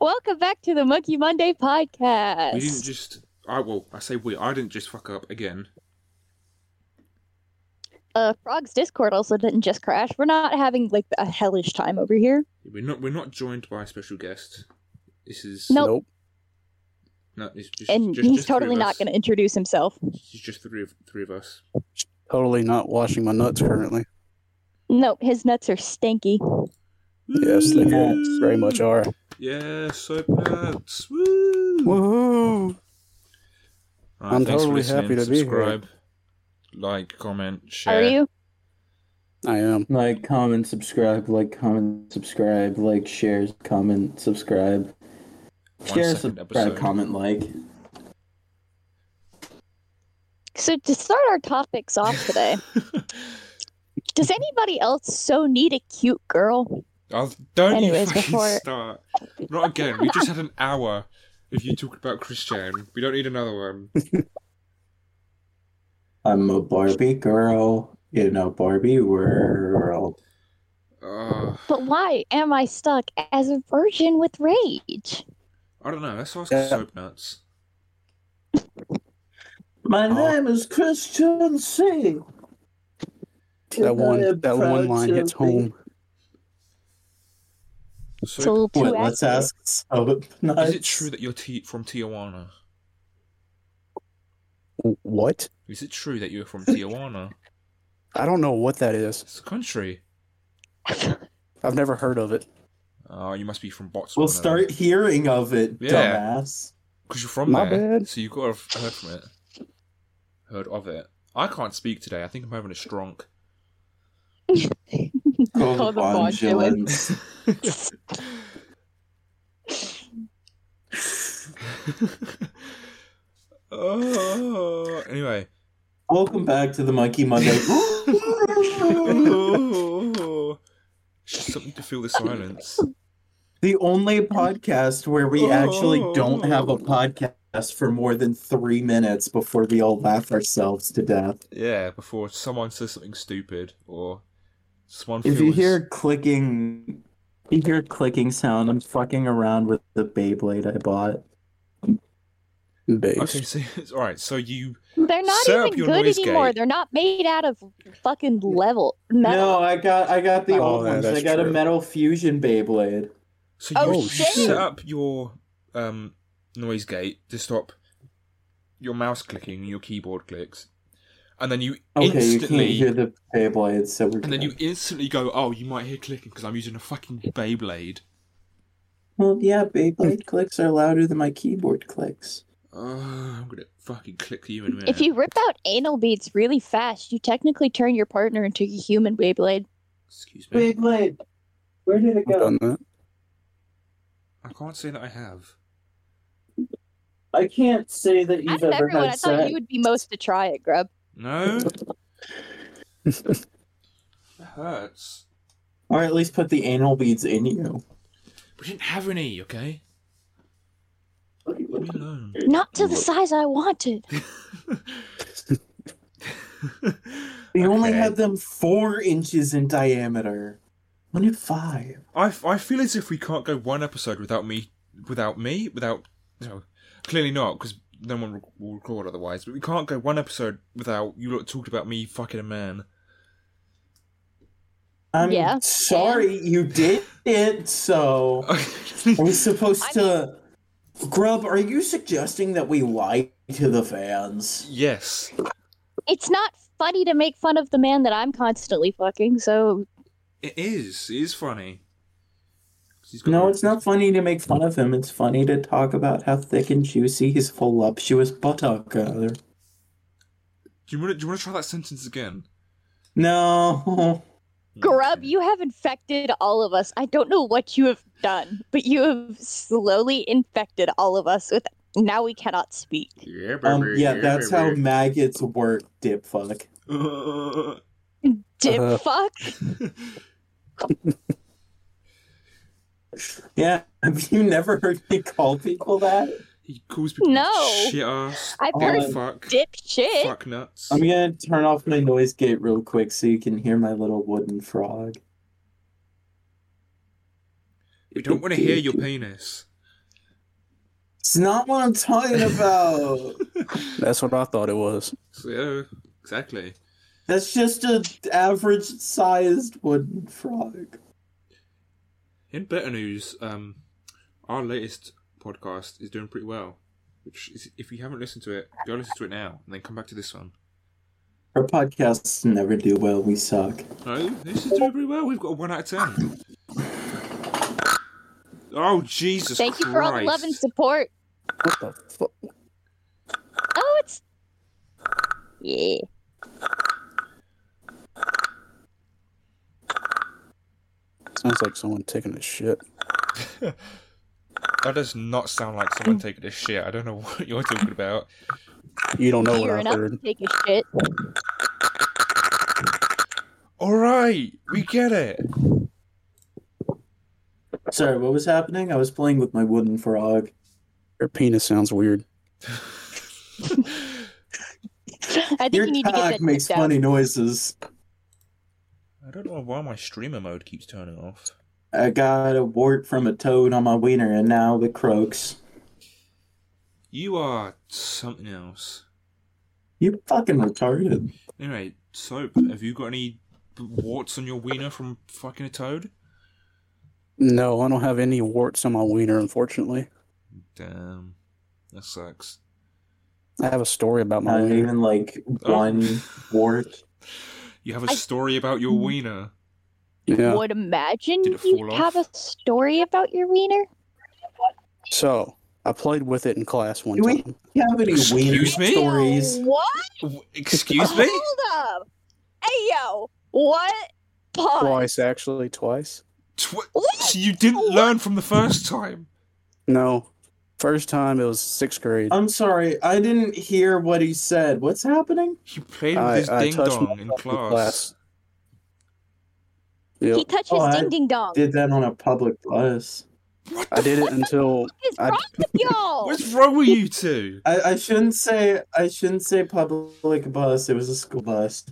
Welcome back to the Monkey Monday podcast. We didn't just. I well, I say we. I didn't just fuck up again. uh, Frog's Discord also didn't just crash. We're not having like a hellish time over here. We're not. We're not joined by a special guest. This is Nope. No, it's just, And just- he's just three totally of not us. going to introduce himself. It's just three of three of us. Totally not washing my nuts currently. Nope, his nuts are stinky. Yes, they very much are. Yeah, soap nuts. Woo! Woohoo! Right, I'm thanks for totally listening. happy to be here. Subscribe, like, comment, share. Are you? I am. Like, comment, subscribe, like, comment, subscribe, like, share, comment, subscribe. One Share, second subscribe, episode. comment, like. So to start our topics off today, does anybody else so need a cute girl? Oh, don't Anyways, you fucking before- start. Not again. We just had an hour of you talking about Christian. We don't need another one. I'm a Barbie girl in a Barbie world. Uh, But why am I stuck as a virgin with rage? I don't know. Let's ask Yeah. soap nuts. My Oh. name is Christian C. That one. That one line hits home. It's a Soap. little too Wait, let's accurate. ask Soap Nuts. Is it true that you're t- from Tijuana? W- What? Is it true that you're from Tijuana? I don't know what that is. It's a country. I've never heard of it. Oh, you must be from Botswana. We'll start hearing of it, Yeah. dumbass. because you're from My there, bad. so you got to have heard from it. Heard of it. I can't speak today. I think I'm having a strong. Go Call the Bondulans. oh, anyway. Welcome back to the Monkey Monday. Oh, it's just something to fill the silence. the only podcast where we actually don't have a podcast for more than three minutes before we all laugh ourselves to death. Yeah, before someone says something stupid or someone. If you feels- hear clicking, you hear a clicking sound. I'm fucking around with the Beyblade I bought. Based. Okay, so all right. So you They're not Set up even your good noise anymore. gate. They're not made out of fucking level metal. No, I got I got the Oh, old yeah, ones. that's I got a true. metal fusion Beyblade. So Oh, you, you shit. set up your um, noise gate to stop your mouse clicking and your keyboard clicks, and then you Okay, instantly you can't hear the Beyblade, so we're and then good. you instantly go, oh, you might hear clicking because I'm using a fucking Beyblade. Well, yeah, Beyblade clicks are louder than my keyboard clicks. Oh, I'm gonna fucking click you in a minute. If you rip out anal beads really fast, you technically turn your partner into a human Beyblade. Excuse me, Beyblade, where did it I've go? done that. I can't say that I have. I can't say that Out of you've ever everyone, I had thought sex. you would be most to try it, Grub. No, it hurts. Or at least put the anal beads in you. We didn't have any. Okay, leave me alone. Not to the size I wanted. We only Okay. had them four inches in diameter. One in five. I, I feel as if we can't go one episode without me, without me, without no, clearly not because no one rec- will record otherwise. But we can't go one episode without you lot talked about me fucking a man. I'm Yeah, sorry you did it, so are we supposed to Grub, are you suggesting that we lie to the fans? yes, It's not funny to make fun of the man that I'm constantly fucking, so it is. It is funny. 'Cause he's got No, a- it's not funny to make fun of him. It's funny to talk about how thick and juicy his voluptuous buttock are. Do you want to do you want to try that sentence again? No. Um, Grub, you have infected all of us. I don't know what you have done, but you have slowly infected all of us with now we cannot speak. Yeah, baby, Um, yeah, that's how baby. maggots work, dipfuck. Dip Uh-huh. fuck. Yeah, have you never heard me call people that? he calls people No. shit ass. I've dick heard fuck, Dip shit. Oh fuck nuts. I'm gonna turn off my noise gate real quick so you can hear my little wooden frog. we don't want to hear your penis. It's not what I'm talking about. That's what I thought it was. So, exactly. That's just an average sized wooden frog. In better news, um, our latest podcast is doing pretty well. Which is, if you haven't listened to it, go listen to it now, and then come back to this one. Our podcasts never do well. We suck. No, this is doing pretty well. We've got a one out of ten. Oh Jesus! Thank you for all the love and Christ. support. What the fuck? Oh, it's yeah. Sounds like someone taking a shit. That does not sound like someone taking a shit. I don't know what you're talking about. You don't know what Gearing I've up to heard. take a shit. All right, we get it. Sorry, what was happening? I was playing with my wooden frog. Your penis sounds weird. I think Your you need to get cock that makes checked out. funny noises. I don't know why my streamer mode keeps turning off. I got a wart from a toad on my wiener, and now it croaks. You are something else. You fucking retarded. Anyway, soap. Have you got any warts on your wiener from fucking a toad? No, I don't have any warts on my wiener, unfortunately. Damn, that sucks. I have a story about my Not wiener. even like Oh. one wart. You have a I- story about your wiener. Yeah. Would imagine Did it you fall have a story about your wiener. So I played with it in class one Do we- time. You have any wiener Excuse me? stories? What? W- Excuse me? Hold up. Hey yo, what? Pause. Twice, actually, twice. Tw- What? you didn't learn from the first time. No, first time it was sixth grade. I'm sorry, I didn't hear what he said. What's happening? He played with I, his I ding touched my dong in butt class. Yep. He touched Oh, his I ding ding dong. Did that on a public bus. I did it until What is I- wrong with y'all? What's wrong with you two? I, I shouldn't say I shouldn't say public bus. It was a school bus.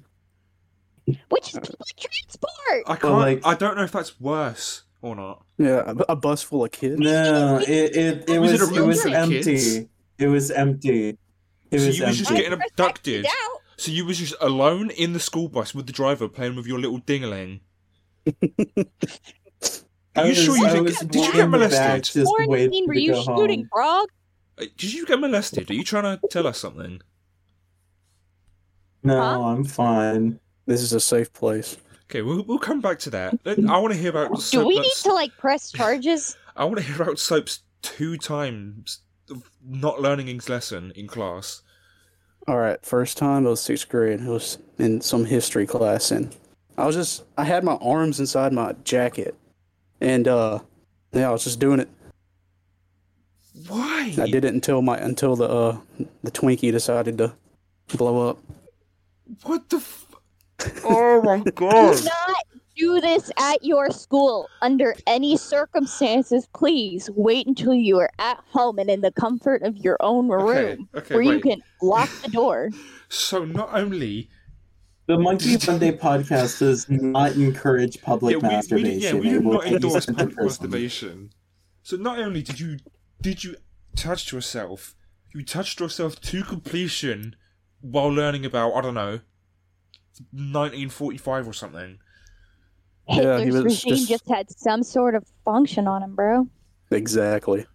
Which is public transport. I can't. Well, like- I don't know if that's worse or not. yeah a- a bus full of kids. No, it it, it Was was it a it, room was for empty. kids? It was empty. It So was you was empty. just I getting respect abducted. it out. So you was just alone in the school bus with the driver playing with your little ding-a-ling. I Are you was- sure you I didn't was get- did you in get the back molested? just waiting Quarantine, were to you go home. shooting frog? Uh, Did you get molested? Are you trying to tell us something? No, Huh? I'm fine. This is a safe place. Okay, we'll, we'll come back to that. Let- I want to hear about Do soap. we need that's- to like press charges? I want to hear about soaps two times of not learning his lesson in class. All right, first time it was sixth grade. It was in some history class, and I was just I had my arms inside my jacket, and uh, yeah, I was just doing it. Why? I did it until my until the uh the Twinkie decided to blow up. What the? F- oh my god! Do not do this at your school under any circumstances. Please wait until you are at home and in the comfort of your own Okay, room okay, where you wait. can lock the door. So not only The Monkey Monday podcast does not encourage public yeah, we, we, masturbation. did- yeah, we It did will not take you endorse to public prison. masturbation. So not only did you did you touch yourself, you touched yourself to completion while learning about I don't know, 1945 or something. Yeah, he Hitler's was regime just- just... had some sort of function on him, bro. Exactly.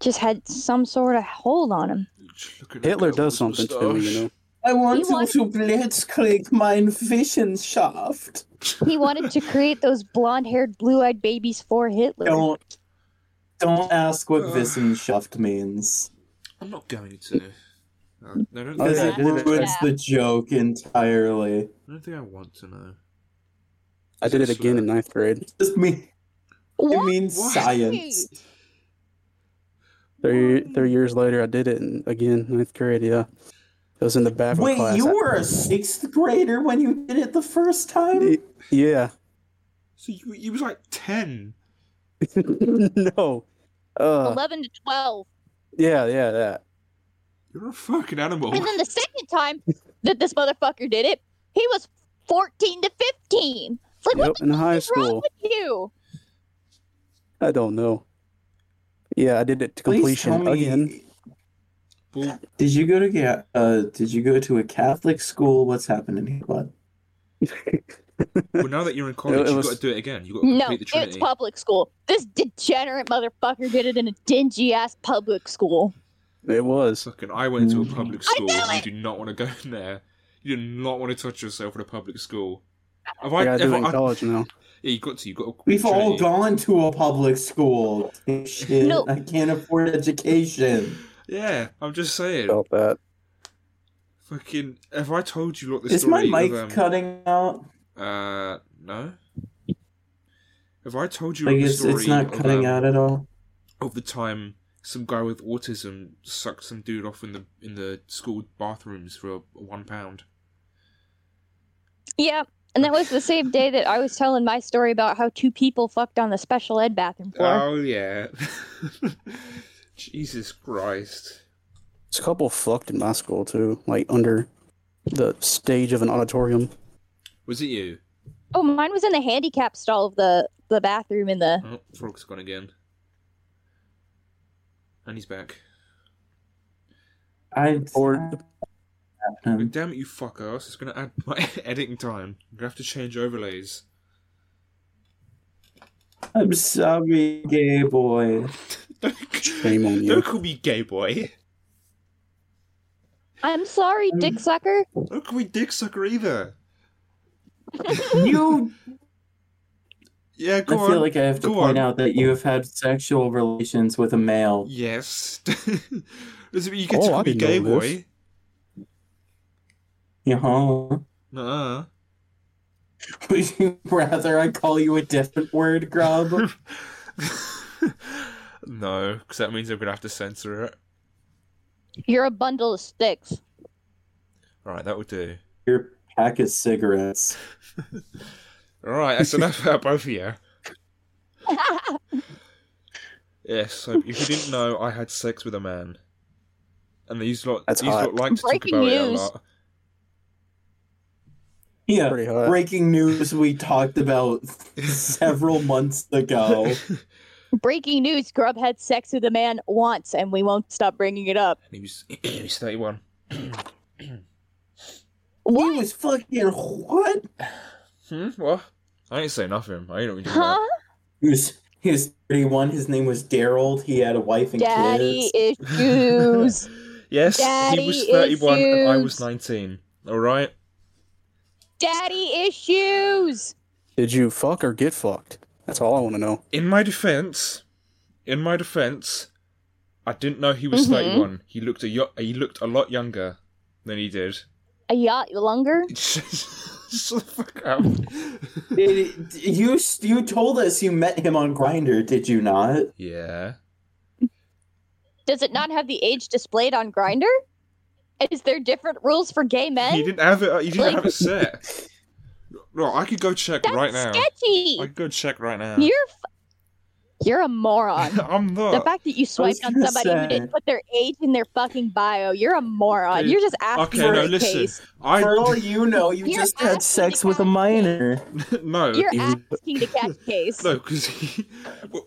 Just had some sort of hold on him. Just looking at Hitler does girls and something to me, you know. stuff. I He want wanted- you to blitzkrieg mein Wissenschaft. He wanted to create those blonde-haired, blue-eyed babies for Hitler. Don't don't ask what Ugh. Wissenschaft means. I'm not going to. No, no, I don't, Oh, think, Because yeah, it I did it. ruins the joke entirely. I don't think I want to know. I did it again in ninth grade. Just me. It What? means Why? science. Three three years later, I did it and again ninth grade. Yeah, it was in the back of Wait, class. you were a sixth grader when you did it the first time? Y- yeah. So you, you was like ten. no. Uh, Eleven to twelve. yeah, yeah, that. You're a fucking animal. And then the second time that this motherfucker did it, he was 14 to 15. It's like, Yep, what in high the fuck is wrong school. with you? I don't know. Yeah, I did it to Please completion tell me. again. Well, Did you go to ca- uh? Did you go to a Catholic school? What's happening here, bud? well, now that you're in college, It- it you've was- got to do it again. You've got to No, complete the it's Trinity. public school. This degenerate motherfucker did it in a dingy ass public school. It was. Fucking, I went to a public I school. know and You it! do not want to go in there. You do not want to touch yourself in a public school. Have I I, gotta have do it I, in college now. yeah, you got to. You got to. We've Trinity. all gone to a public school. Shit, No. I can't afford education. Yeah, I'm just saying. Oh. Felt that. Fucking, have I told you like the Is my story mic of, um, cutting out? Uh, no. Have I told you Like the it's, story it's not of, um, cutting out at all. of the time some guy with autism sucked some dude off in the in the school bathrooms for a, one pound? Yeah, and that was the same day that I was telling my story about how two people fucked on the special ed bathroom floor. Oh yeah. Jesus Christ. It's a couple fucked in my school too, like under the stage of an auditorium. Was it you? oh, mine was in the handicap stall of the the bathroom in the. Oh, frog's gone again. And he's back. I Or Um, Damn it, you fucker! else It's gonna add my editing time. I'm gonna have to change overlays. I'm sorry, gay boy. Don't, Shame on you. don't call me gay boy. I'm sorry, dick sucker. Don't call me dick sucker either. You. Yeah, go I on. feel like I have to Go point on. out that you have had sexual relations with a male. Yes. Does it mean you get Oh, to I call me didn't gay know boy? Uh-huh. Nuh-uh. Would you rather I call you a different word, Grub? no, because that means I'm going to have to censor it. You're a bundle of sticks. Right, that will do. Your pack of cigarettes. Alright, that's enough about both of you. Yes, so if you didn't know, I had sex with a man. And these lot, That's these lot hot. like to Breaking talk about it a news. lot. Yeah. Pretty hot. Breaking news we talked about several months ago. Breaking news: Grub had sex with a man once, and we won't stop bringing it up. And he was, he was Hmm, 31. He What? was fucking what? Hmm? What? I ain't say nothing. I ain't know what you're Huh? He was he was 31. His name was Daryl. He had a wife and Daddy kids. issues. Yes, he Daddy was 31 and I was issues. 19. Alright? Daddy issues. Did you fuck or get fucked? That's all I want to know. in my defense, in my defense, I didn't know he was Mhm. 31. He looked a yo- he looked a lot younger than he did. A yacht longer. Shut the fuck up. Did- you you told us you met him on Grinder, did you not? yeah. Does it not have the age displayed on Grinder? Is there different rules for gay men? He didn't have it. uh, He didn't Like- have it set. No, I could go check That's right now. sketchy. I could go check right now. You're f- you're a moron. I'm The not. fact that you swiped on gonna somebody who say. didn't put their age in their fucking bio, you're a moron. Okay. You're just asking Okay, for no, a listen. case. I For all you know, you You're just had asking sex to with a have minor. no. You're you- asking to catch a case. no, because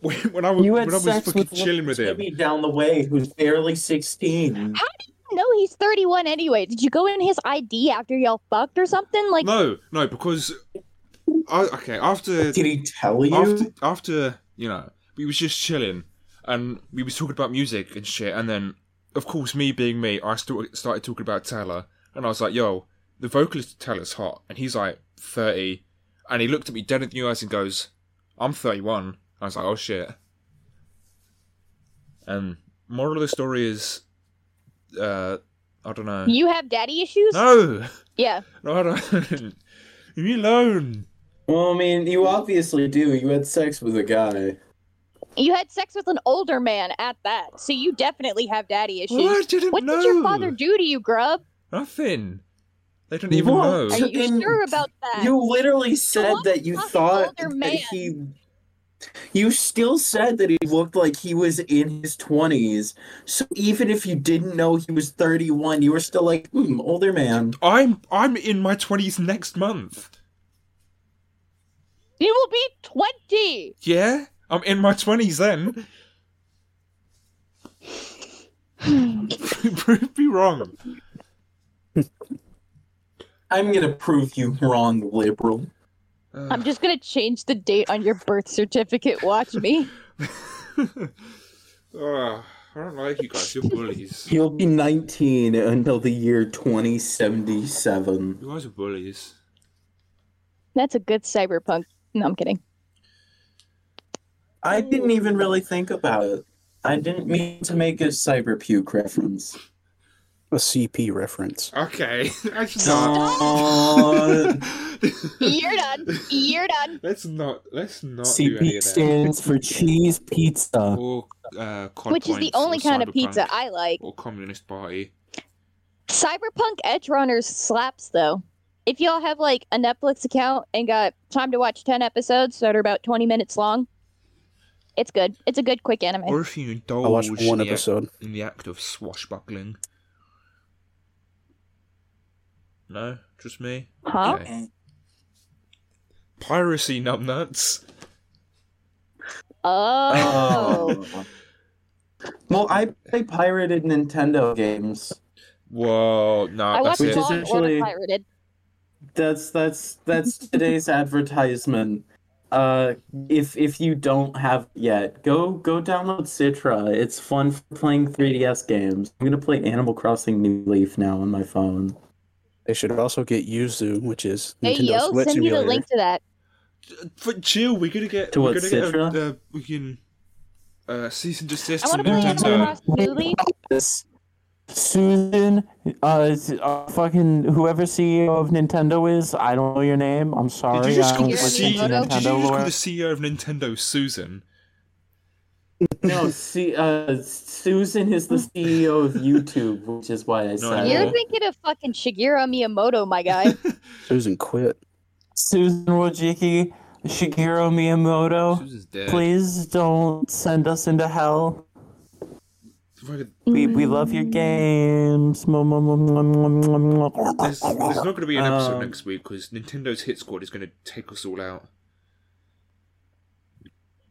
when, when I was You had when I was sex fucking with chilling with him, Timmy down the way, who's barely 16. No, he's 31 anyway. Did you go in his ID after y'all fucked or something? Like, no, no, because I okay after Did he tell you? after, after you know we was just chilling and we was talking about music and shit and then of course me being me i st- started talking about taylor and i was like yo the vocalist taylor's hot and he's like 30 and he looked at me dead in the eyes and goes i'm 31 i was like oh shit and moral of the story is uh i don't know you have daddy issues? no Yeah. no i don't leave me alone Well, I mean, you obviously do. You had sex with a guy. You had sex with an older man at that, so you definitely have daddy issues. Well, I didn't What know. did your father do to you, Grub? Nothing. They don't even What? know. Are you And sure about that? You literally said want that you fucking thought older that man. he. You still said that he looked like he was in his 20s. So even if you didn't know he was 31, you were still like, hmm, older man. I'm I'm in my twenties next month. You will be 20. Yeah, I'm in my twenties then. Prove me wrong. I'm gonna prove you wrong, liberal. Uh, I'm just gonna change the date on your birth certificate. Watch me. uh, I don't like you guys. You're bullies. He'll be 19 until the year 2077. You guys are bullies. That's a good cyberpunk. No, I'm kidding. I didn't even really think about it. I didn't mean to make a cyber puke reference. A CP reference. Okay, that's not. Uh, You're done. You're done. let's not. Let's not do any CP of that. stands for cheese pizza. Or uh, cod Which is the points only or kind of pizza cyberpunk I like. Or communist party. Cyberpunk Edge Runners slaps though. If y'all have like a Netflix account and got time to watch ten episodes that are about twenty minutes long, it's good. It's a good quick anime. Or if you indulge I watched Oh, one in, the act, episode. in the act of swashbuckling. No, just me. huh? Okay. Piracy numbnuts. Oh. Um, Well, I play pirated Nintendo games. Whoa, I nah, watched that's Which it. is Law and Order actually- pirated. That's that's that's today's advertisement. Uh, if if you don't have it yet, go go download Citra. It's fun for playing 3DS games. I'm gonna play Animal Crossing New Leaf now on my phone. They should also get Yuzu, which is Hey Nintendo yo, Switch send me the emulator. link to that. But chill, we're gonna get. To we're what, gonna get a, Citra? uh, we can. Uh, cease and desist. I want to from play Animal Nintendo. Crossing New Leaf. This Susan, uh, fucking whoever CEO of Nintendo is. I don't know your name. I'm sorry. um, Did you just call I'm the Yeah, CEO? listening to Did you just Nintendo call the CEO of Nintendo Susan? No, see, uh, Susan is the CEO of YouTube, which is why I said You're Yeah. thinking of fucking Shigeru Miyamoto, my guy. Susan quit. Susan Wojcicki, Shigeru Miyamoto. Susan's dead. Oh, Please don't send us into hell. Fucking- We, we love your games. Mwah, mwah, mwah, mwah, mwah, mwah. There's, there's not going to be an episode Um, next week because Nintendo's hit squad is going to take us all out.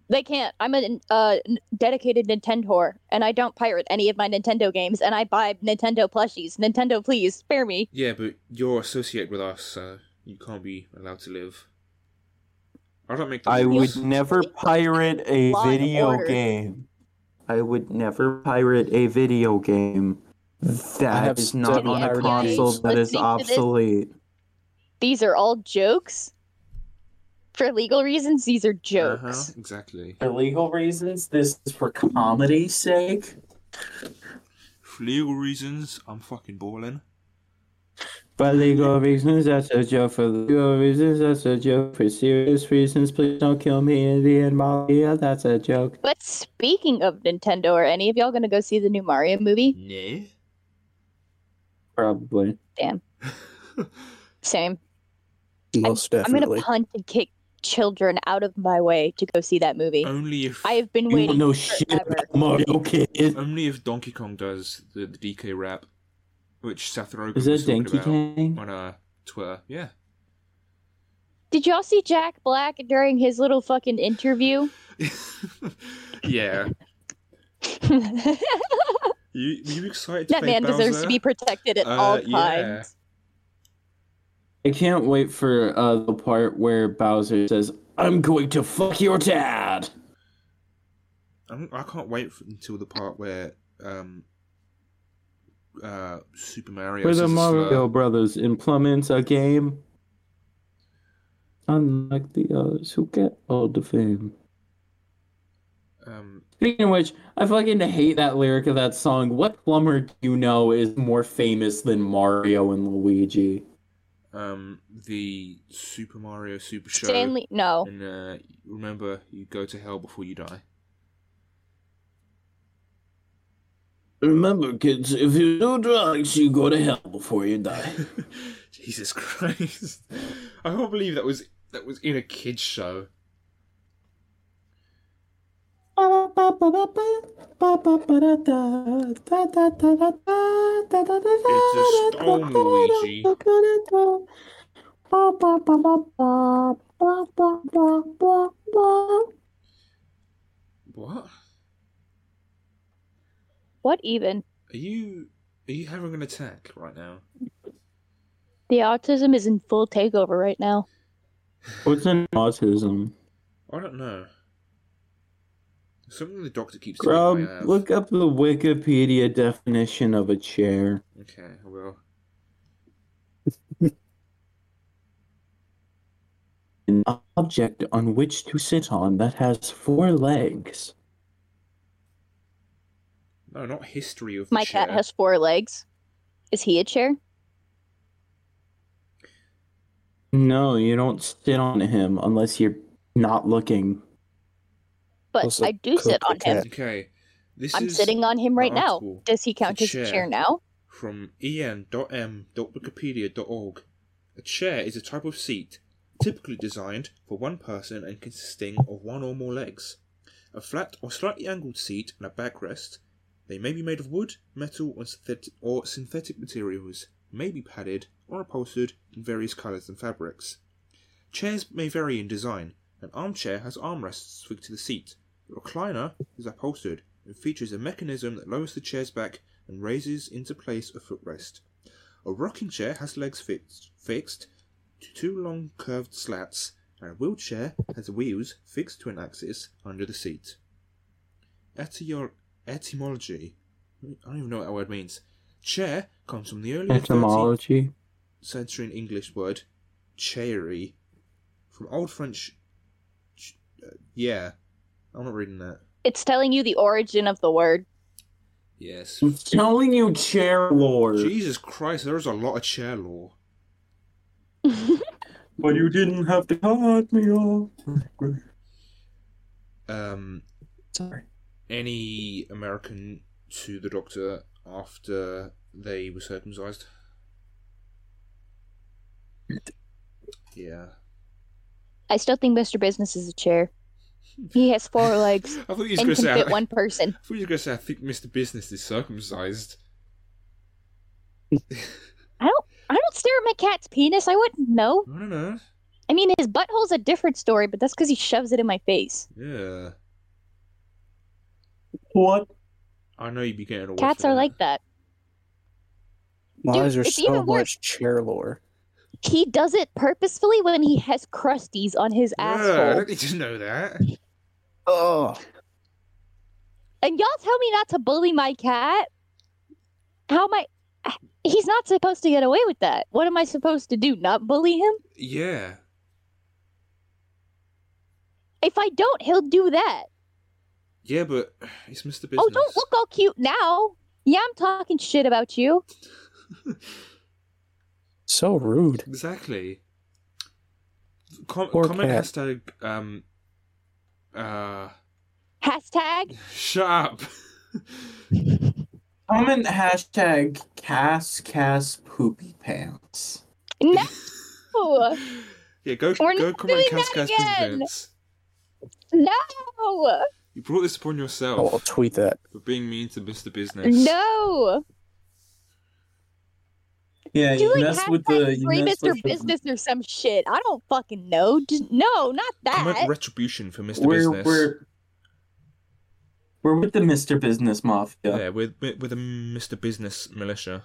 They can't. I'm a uh, n- dedicated Nintendor, and I don't pirate any of my Nintendo games, and I buy Nintendo plushies. Nintendo, please spare me. Yeah, but you're associated with us, so you can't be allowed to live. I don't make. The I rules. would never pirate a Law and video order. game. I would never pirate a video game. That have is not several on a pirated console games. that is Listening to this- obsolete. These are all jokes. For legal reasons, these are Uh-huh, jokes. exactly. For legal reasons, this is for comedy's sake. For legal reasons, I'm fucking balling. For legal reasons, that's a joke. For legal reasons, that's a joke. For serious reasons, please don't kill me in the end, Molly. Yeah, that's a joke. But speaking of Nintendo, are any of y'all gonna go see the new Mario movie? Yeah. Probably. Same. Most I'm definitely. gonna punt and kick children out of my way to go see that movie. Only if I have been You waiting. don't know shit forever. about Mario Kid. only if Donkey Kong does the, the DK rap, which Seth Rogen Is was that talking Donkey about Kong? on uh, Twitter. Yeah. Did y'all see Jack Black during his little fucking interview? yeah. that You you excited to play man deserves to Bowser? be protected at Uh, all yeah. times. I can't wait for uh, the part where Bowser says, I'm going to fuck your dad. I'm, I can't wait for, until the part where um uh Super Mario Where the says a slur. Mario Brothers implements a game. Unlike the others who get all the fame. um Speaking of which, I fucking hate that lyric of that song. What plumber do you know is more famous than Mario and Luigi? um the Super Mario Super Show Stanley, no. and uh, remember you go to hell before you die. Remember, kids, if you do drugs, you go to hell before you die. Jesus Christ! I can't believe that was that was in a kids show. It's a storm, Luigi. What? What even? Are you are you having an attack right now? The autism is in full takeover right now. What's an autism? I don't know. Something the doctor keeps telling me I Grub, have. look up the Wikipedia definition of a chair. Okay, I will. An object on which to sit on that has four legs. No, not history of the My chair. cat has four legs. Is he a chair? No, you don't sit on him unless you're not looking. But Also, I do sit cook on the him. cat. Okay, this I'm is sitting on him right an now. article. Does he count as chair. a chair now? from E en.m.wikipedia.org. A chair is a type of seat typically designed for one person and consisting of one or more legs. A flat or slightly angled seat and a backrest. They may be made of wood, metal, or synthet- or synthetic materials, may be padded or upholstered in various colours and fabrics. Chairs may vary in design. An armchair has armrests fixed to the seat. The recliner is upholstered and features a mechanism that lowers the chair's back and raises into place a footrest. A rocking chair has legs fixed, fixed to two long curved slats, and a wheelchair has wheels fixed to an axis under the seat. Etyor- etymology. I don't even know what that word means. Chair comes from the early 13th Etymology. century in English word chairy from Old French. ch- uh, yeah, I'm not reading that. It's telling you the origin of the word. Yes. I'm telling you, chair lord. Jesus Christ, there's a lot of chair law. But you didn't have to cut me off. Um, Sorry. any American to the doctor after they were circumcised? Yeah. I still think Mr. Business is a chair. He has four legs I thought you and were going can to say. I fit thought one person. you were going to say I think Mr. Business is circumcised. I don't. I don't stare at my cat's penis. I wouldn't know. I don't know. I mean, his butthole's a different story, but that's because he shoves it in my face. Yeah. What? I know you'd be getting away. Cats from are that. like that. Why Dude, is there it's so even worse. much chair lore? He does it purposefully when he has crusties on his Yeah, I asshole. don't need to know that. Oh, And y'all tell me not to bully my cat. How am I? He's not supposed to get away with that. What am I supposed to do? Not bully him? Yeah. If I don't, he'll do that. Yeah, but it's Mr. Business. Oh, don't look all cute now. Yeah, I'm talking shit about you. so rude. Exactly. Com- Poor comment cat. hashtag um uh Hashtag. shut up. Comment hashtag Cass Cass Poopy Pants. No. no. yeah, go We're go Uh, not comment doing that Cascad's again. events. No. You brought this upon Oh, I'll yourself tweet that. for being mean to Mr. Business. No. Yeah, Do you like mess hashtag with the you free mess Mr. with the- Business or some shit. I don't fucking know. Just, no, not that. Comment retribution for mister We're Business. we're we're with the Mr. Business Mafia. Yeah, with with with the Mr. Business militia.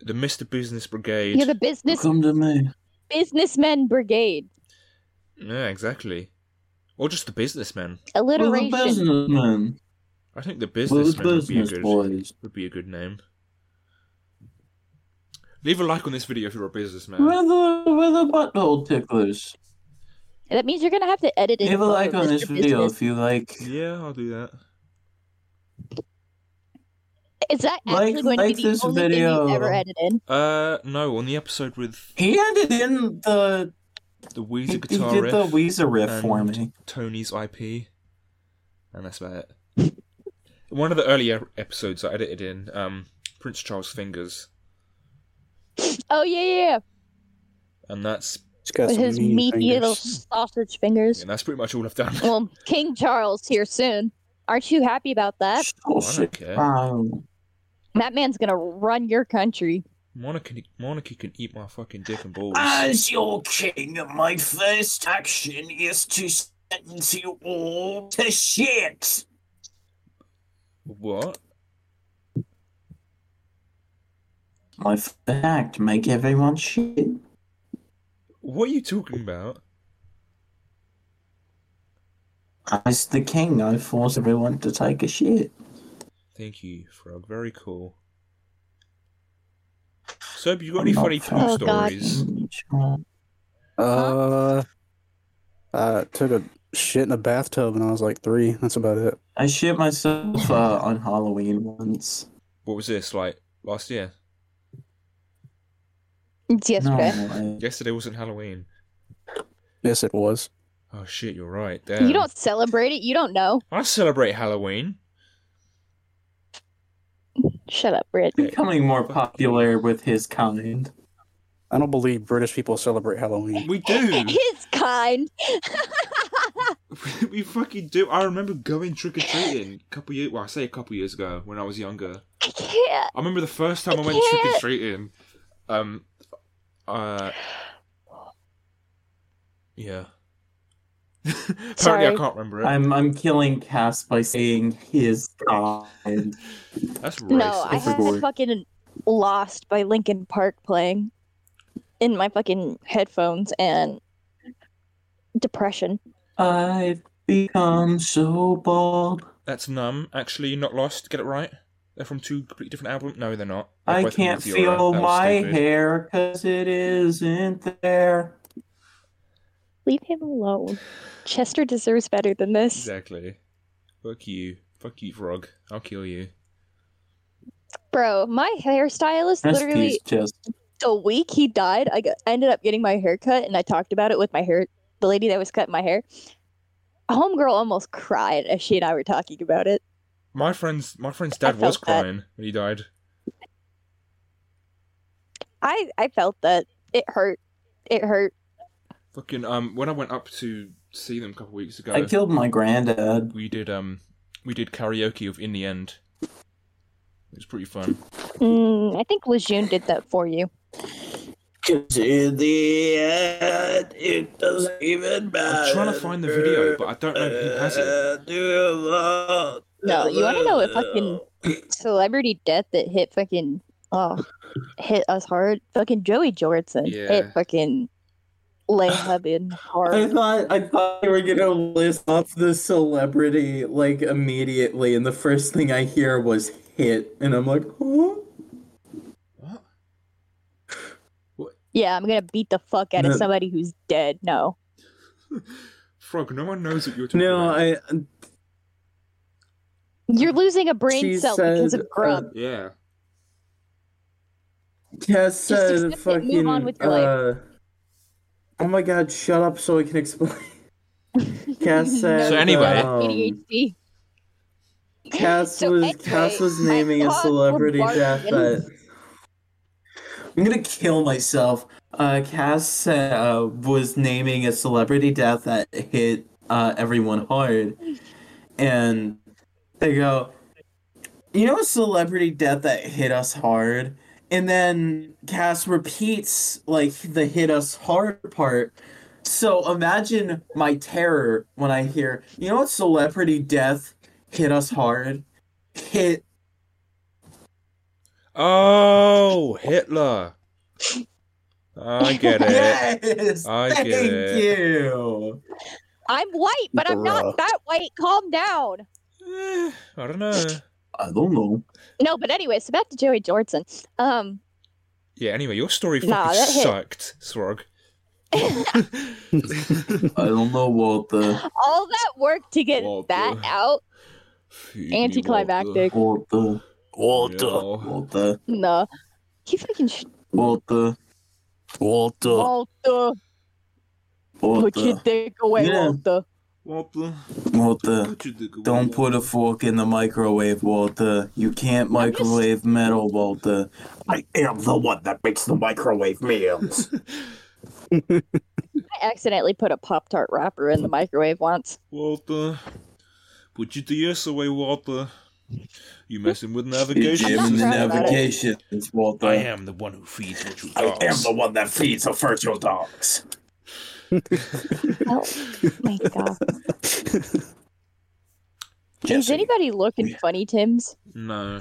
The Mr. Business Brigade. You're the business Come to me. businessmen brigade. Yeah, exactly. Or just the businessmen. We're the Alliteration. businessmen. I think the We're businessmen the would be a business good boys. would be a good name. Leave a like on this video if you're a businessman. We're Uh, the we're the butthole ticklers. That means you're gonna have to edit it. Leave a for like on Mr. this video Business. if you like. Yeah, I'll do that. Is that Like- actually going like to be the this only thing video. you ever edited? Uh, no, on the episode with He added in the the he, he Weezer did guitar riff, the Weezer riff for and- me. Tony's IP, and that's about it. One of the earlier episodes I edited in, um, Prince Charles fingers, Oh yeah, yeah, yeah. and that's It's got With some his mean meaty fingers. little sausage fingers. and that's pretty much all I've done. Oh. Well, King Charles here soon. Aren't you happy about that? Bullshit. care. Um, That man's gonna run your country. Monarchy, monarchy can eat my fucking dick and balls. As your king, my first action is to send you all to shit. What? My first act, make everyone shit. What are you talking about? I was the king. I force everyone to take a shit. Thank you, Frog. Very cool. So, have you got any Oh, funny poo fuck. Oh, God. stories? Mm, Uh, I took a shit in a bathtub when I was like three. That's about it. I shit myself uh, on Halloween once. What was this like last year? It's yesterday. No, Yesterday wasn't Halloween. Yes, it was. Oh shit, you're right. Damn. You don't celebrate it. You don't know. I celebrate Halloween. Shut up, Brit. I- becoming more popular with his kind. I don't believe British people celebrate Halloween. We do. His kind. we fucking do. I remember going trick or treating a couple years. Well, I say a couple years ago when I was younger. I can't. I remember the first time I went Yeah. trick or treating. Um, uh, yeah. Apparently, I Sorry. can't remember it. I'm I'm killing Cass by saying his kind. That's racist. No, I had Overboard. fucking lost by Linkin Park playing in my fucking headphones and depression. I've become so bald. That's numb. Actually, not lost. Get it right. They're from two completely different albums. No, they're not. They're I both from can't Meteora. feel That was my uh, stupid. hair because it isn't there. Leave him alone. Chester deserves better than this. Exactly. Fuck you. Fuck you, Frog. I'll kill you. Bro, my hairstylist Rest literally peace, just the week he died, I got, I ended up getting my hair cut, and I talked about it with my hair, the lady that was cutting my hair. Homegirl almost cried as she and I were talking about it. My friend's my friend's I dad was felt that. crying when he died. I I felt that it hurt. It hurt. Fucking um, when I went up to see them a couple weeks ago, I killed my granddad. we did um, we did karaoke of In the End. It was pretty fun. Mm, I think Lejeune did that for you. Cause in the end, it doesn't even matter. I'm trying to find the video, but I don't know who has it. No, you wanna know if I can- Celebrity death that hit fucking oh, hit us hard. Fucking Joey Jordan. Yeah. It fucking lay hubbin I hard. thought I thought you were gonna list up the celebrity like immediately, and the first thing I hear was hit, and I'm like, huh? What? Yeah, I'm gonna beat the fuck out No. of somebody who's dead. No. Frog, no one knows what you're talking No, about. I You're losing a brain She cell because said, of grub. uh, Yeah. Cass Just said accept it, fucking. move on with your life. uh, oh my god, shut up so I can explain. Cass said. So anyway- um, ADHD. Cass So was anyway, Cass was my naming a thoughts were celebrity barking. death that I'm gonna kill myself. Uh, Cass uh, was naming a celebrity death that hit uh, everyone hard, and they go, "You know, a celebrity death that hit us hard." And then Cass repeats like the hit us hard part. So imagine my terror when I hear, you know, what celebrity death hit us hard. Hit Oh, Hitler. I get it. yes. I get Thank it. you. I'm white, but I'm Bruh. not that white. Calm down. Eh, I don't know. I don't know. No, but anyway, so back to Joey Jordan. Um, Yeah. Anyway, your story fucking Nah, that hit. sucked, Frog. I don't know what the all that work to get Well, that bruh. out. Anticlimactic. what the Walter, No. what the No, he fucking sh- what the Walter. Walter, what put your the dick away, Yeah. Walter. What the? what the Put your dick away. Uh, don't put a fork in the microwave, Walter. You can't microwave metal, Walter. I am the one that makes the microwave meals. I accidentally put a Pop Tart wrapper in the microwave once. Walter, put your DS away, Walter. You messing with You're navigation. jamming the proud about it. navigation, Walter. I am the one who feeds what you I am dogs. the one that feeds the virtual dogs. Oh my god! Is Jesse, anybody looking funny, Tim's? No.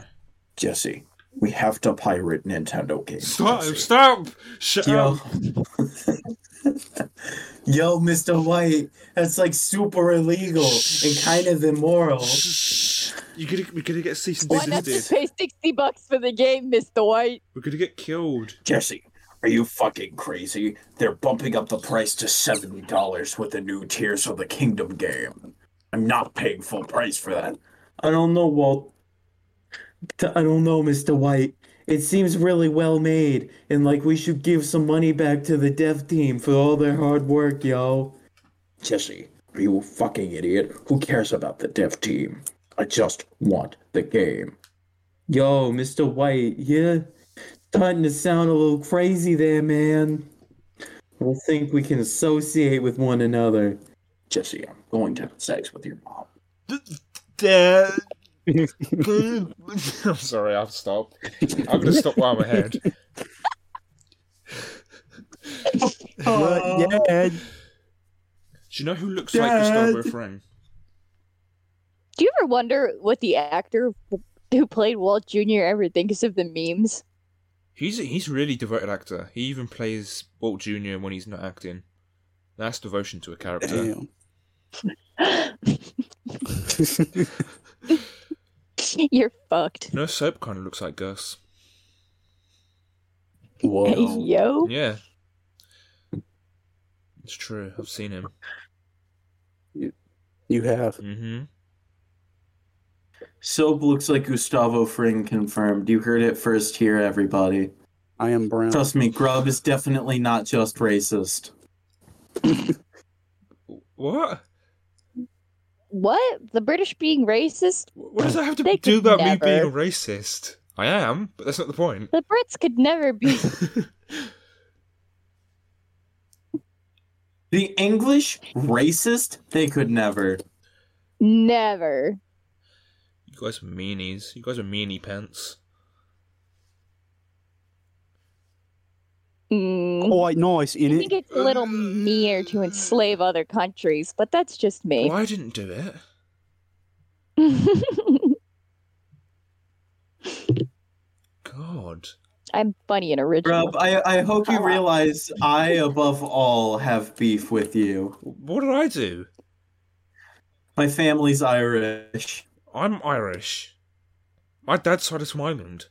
Jesse, we have to pirate Nintendo games. Stop! Jesse. Stop! Shut Yo. up! Yo, Mr. White, that's like super illegal and kind of immoral. Shh. You could we could get cease and Why not desisted. just pay sixty bucks for the game, Mister White? We could get killed. Jesse, are you fucking crazy? They're bumping up the price to seventy dollars with the new Tears of the Kingdom game. I'm not paying full price for that. I don't know, Walt. T- I don't know, Mr. White. It seems really well made, and like we should give some money back to the dev team for all their hard work, yo. Jesse, are you a fucking idiot? Who cares about the dev team? I just want the game. Yo, Mr. White, you're starting to sound a little crazy there, man. I don't think we can associate with one another. Jesse, I'm going to have sex with your mom. Dad. I'm sorry. I'll stop. I'm gonna stop while I'm ahead. But, Dad, Do you know who looks like Gustavo Fring? Do you ever wonder what the actor who played Walt Junior ever thinks of the memes? He's a, he's a really devoted actor. He even plays Walt Junior when he's not acting. That's devotion to a character. damn. You're fucked. No soap kind of looks like Gus. Hey, Whoa. yo. Yeah, it's true. I've seen him. You have. hmm Soap looks like Gustavo Fring confirmed. You heard it first here, everybody. I am brown. Trust me, Grub is definitely not just racist. What? What? The British being racist? What does that have to They do could about me never. being a racist? I am, but that's not the point. The Brits could never be. The English racist? They could never. never. You guys are meanies. You guys are meanie pants. Mm. Quite nice, I in think it's a little meaner to enslave other countries, but that's just me. Well, I didn't do it. God. I'm funny and original. Grub, I, I hope you realize I, above all, have beef with you. What did I do? My family's Irish. I'm Irish. My dad's side is from Ireland.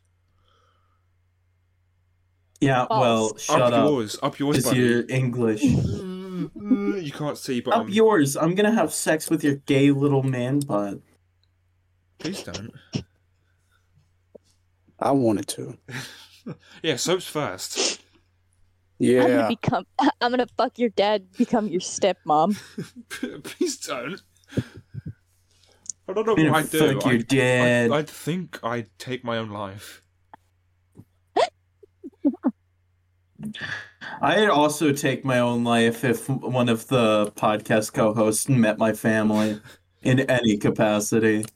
Yeah, well, False. shut up, up. yours. Up yours, Because buddy. you're English. Mm, mm, You can't see, but Up I'm... yours. I'm gonna have sex with your gay little man butt. please don't. I wanted to. Yeah, soap's first. I'm gonna Yeah. become. I'm gonna fuck your dad. Become your stepmom. please don't. I don't know I'm what Oh, I gonna do. fuck I, your dad. I, I think I take my own life. I'd also take my own life if one of the podcast co-hosts met my family in any capacity.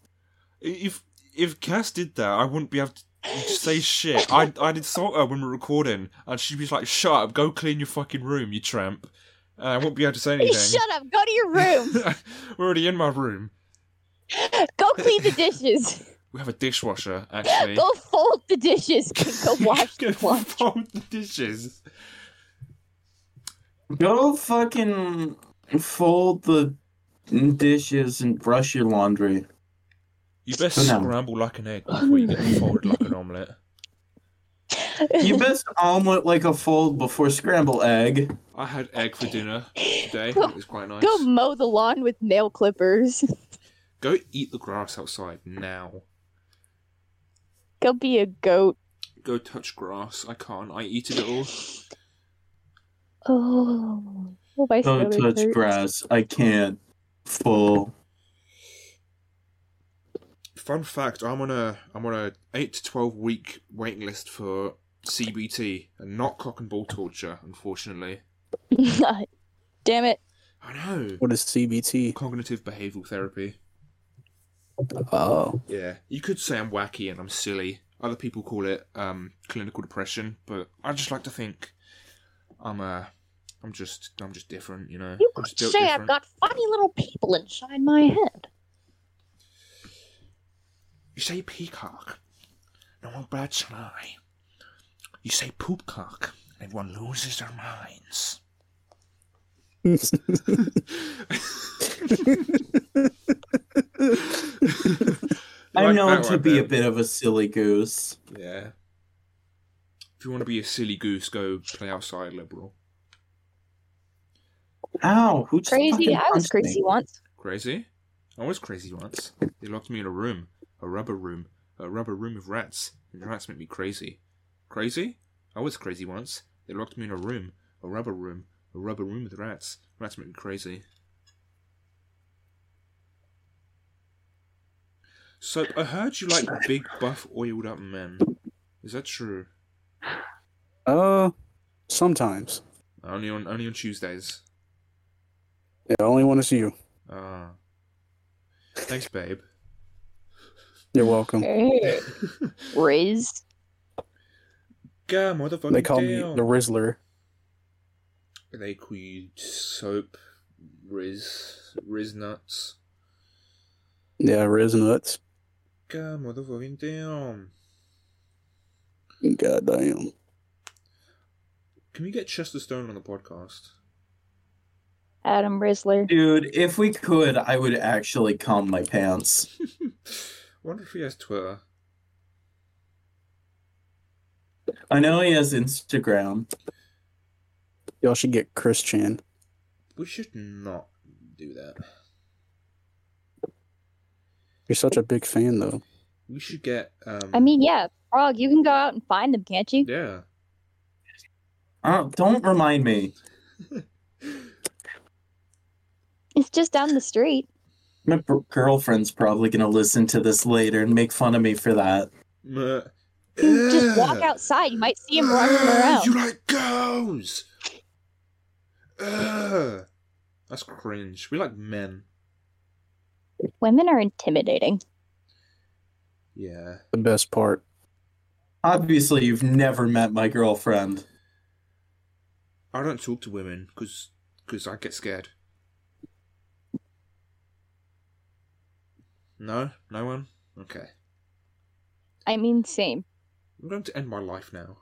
If if Cass did that, I wouldn't be able to say shit. I I'd insult her when we're recording, and she'd be like, "Shut up, go clean your fucking room, you tramp." And I won't be able to say anything. Shut up. Go to your room. we're already in my room. go clean the dishes. We have a dishwasher, actually. Go fold the dishes. Go wash Go the laundry. fold the dishes. Go fucking fold the dishes and brush your laundry. You best No. scramble like an egg before you get folded like an omelette. You best omelet like a fold before scramble egg. I had egg for dinner today. It was quite nice. Go mow the lawn with nail clippers. Go eat the grass outside now. Go be a goat. Go touch grass. I can't. I eat it all. Oh, oh my Go stomach touch hurts. grass. I can't. Full. Fun fact: I'm on a I'm on a eight to twelve week waiting list for CBT, and not cock and ball torture, unfortunately. Damn it. I know What is CBT? cognitive behavioral therapy. Oh. Yeah, you could say I'm wacky and I'm silly. Other people call it um, clinical depression, but I just like to think I'm uh, I'm just I'm just different, you know. You I'm could just built say I've different. got funny little people inside my head. You say peacock. No one bats an eye. You say poopcock. Everyone loses their minds. I'm Like known that to right be there. a bit of a silly goose. Yeah. If you want to be a silly goose, go play outside, liberal. Ow, who just Crazy. fucking I was punched me? crazy once. Crazy? I was crazy once. They locked me in a room, a rubber room, a rubber room of rats, and the rats made me crazy. Crazy? I was crazy once. They locked me in a room, a rubber room, a rubber room with rats. Rats made me crazy. So I heard you like big, buff, oiled up men. Is that true? Uh, sometimes. Only on only on Tuesdays. Yeah, only one is you. Ah. Thanks, babe. You're welcome. Hey. Riz. Yeah, motherfucker. They call me the Rizzler. They call you soap, Riz, Riz nuts. Yeah, Riz nuts. God, motherfucking damn. God damn. Can we get Chester Stone on the podcast? Adam Rizzler. Dude, if we could, I would actually calm my pants. I wonder if he has Twitter. I know he has Instagram. Y'all should get Chris Chan. We should not do that. You're such a big fan, though. We should get. Um, I mean, yeah, Frog, you can go out and find them, can't you? yeah. Oh, don't remind me. It's just down the street. My b- girlfriend's probably gonna listen to this later and make fun of me for that. Meh. You Just walk Ugh. outside. You might see him running Ugh, around. You like girls. Ugh. That's cringe. We like men. Women are intimidating. Yeah. The best part. Obviously, you've never met my girlfriend. I don't talk to women because I get scared. No, no one. Okay, I mean, same. I'm going to end my life now.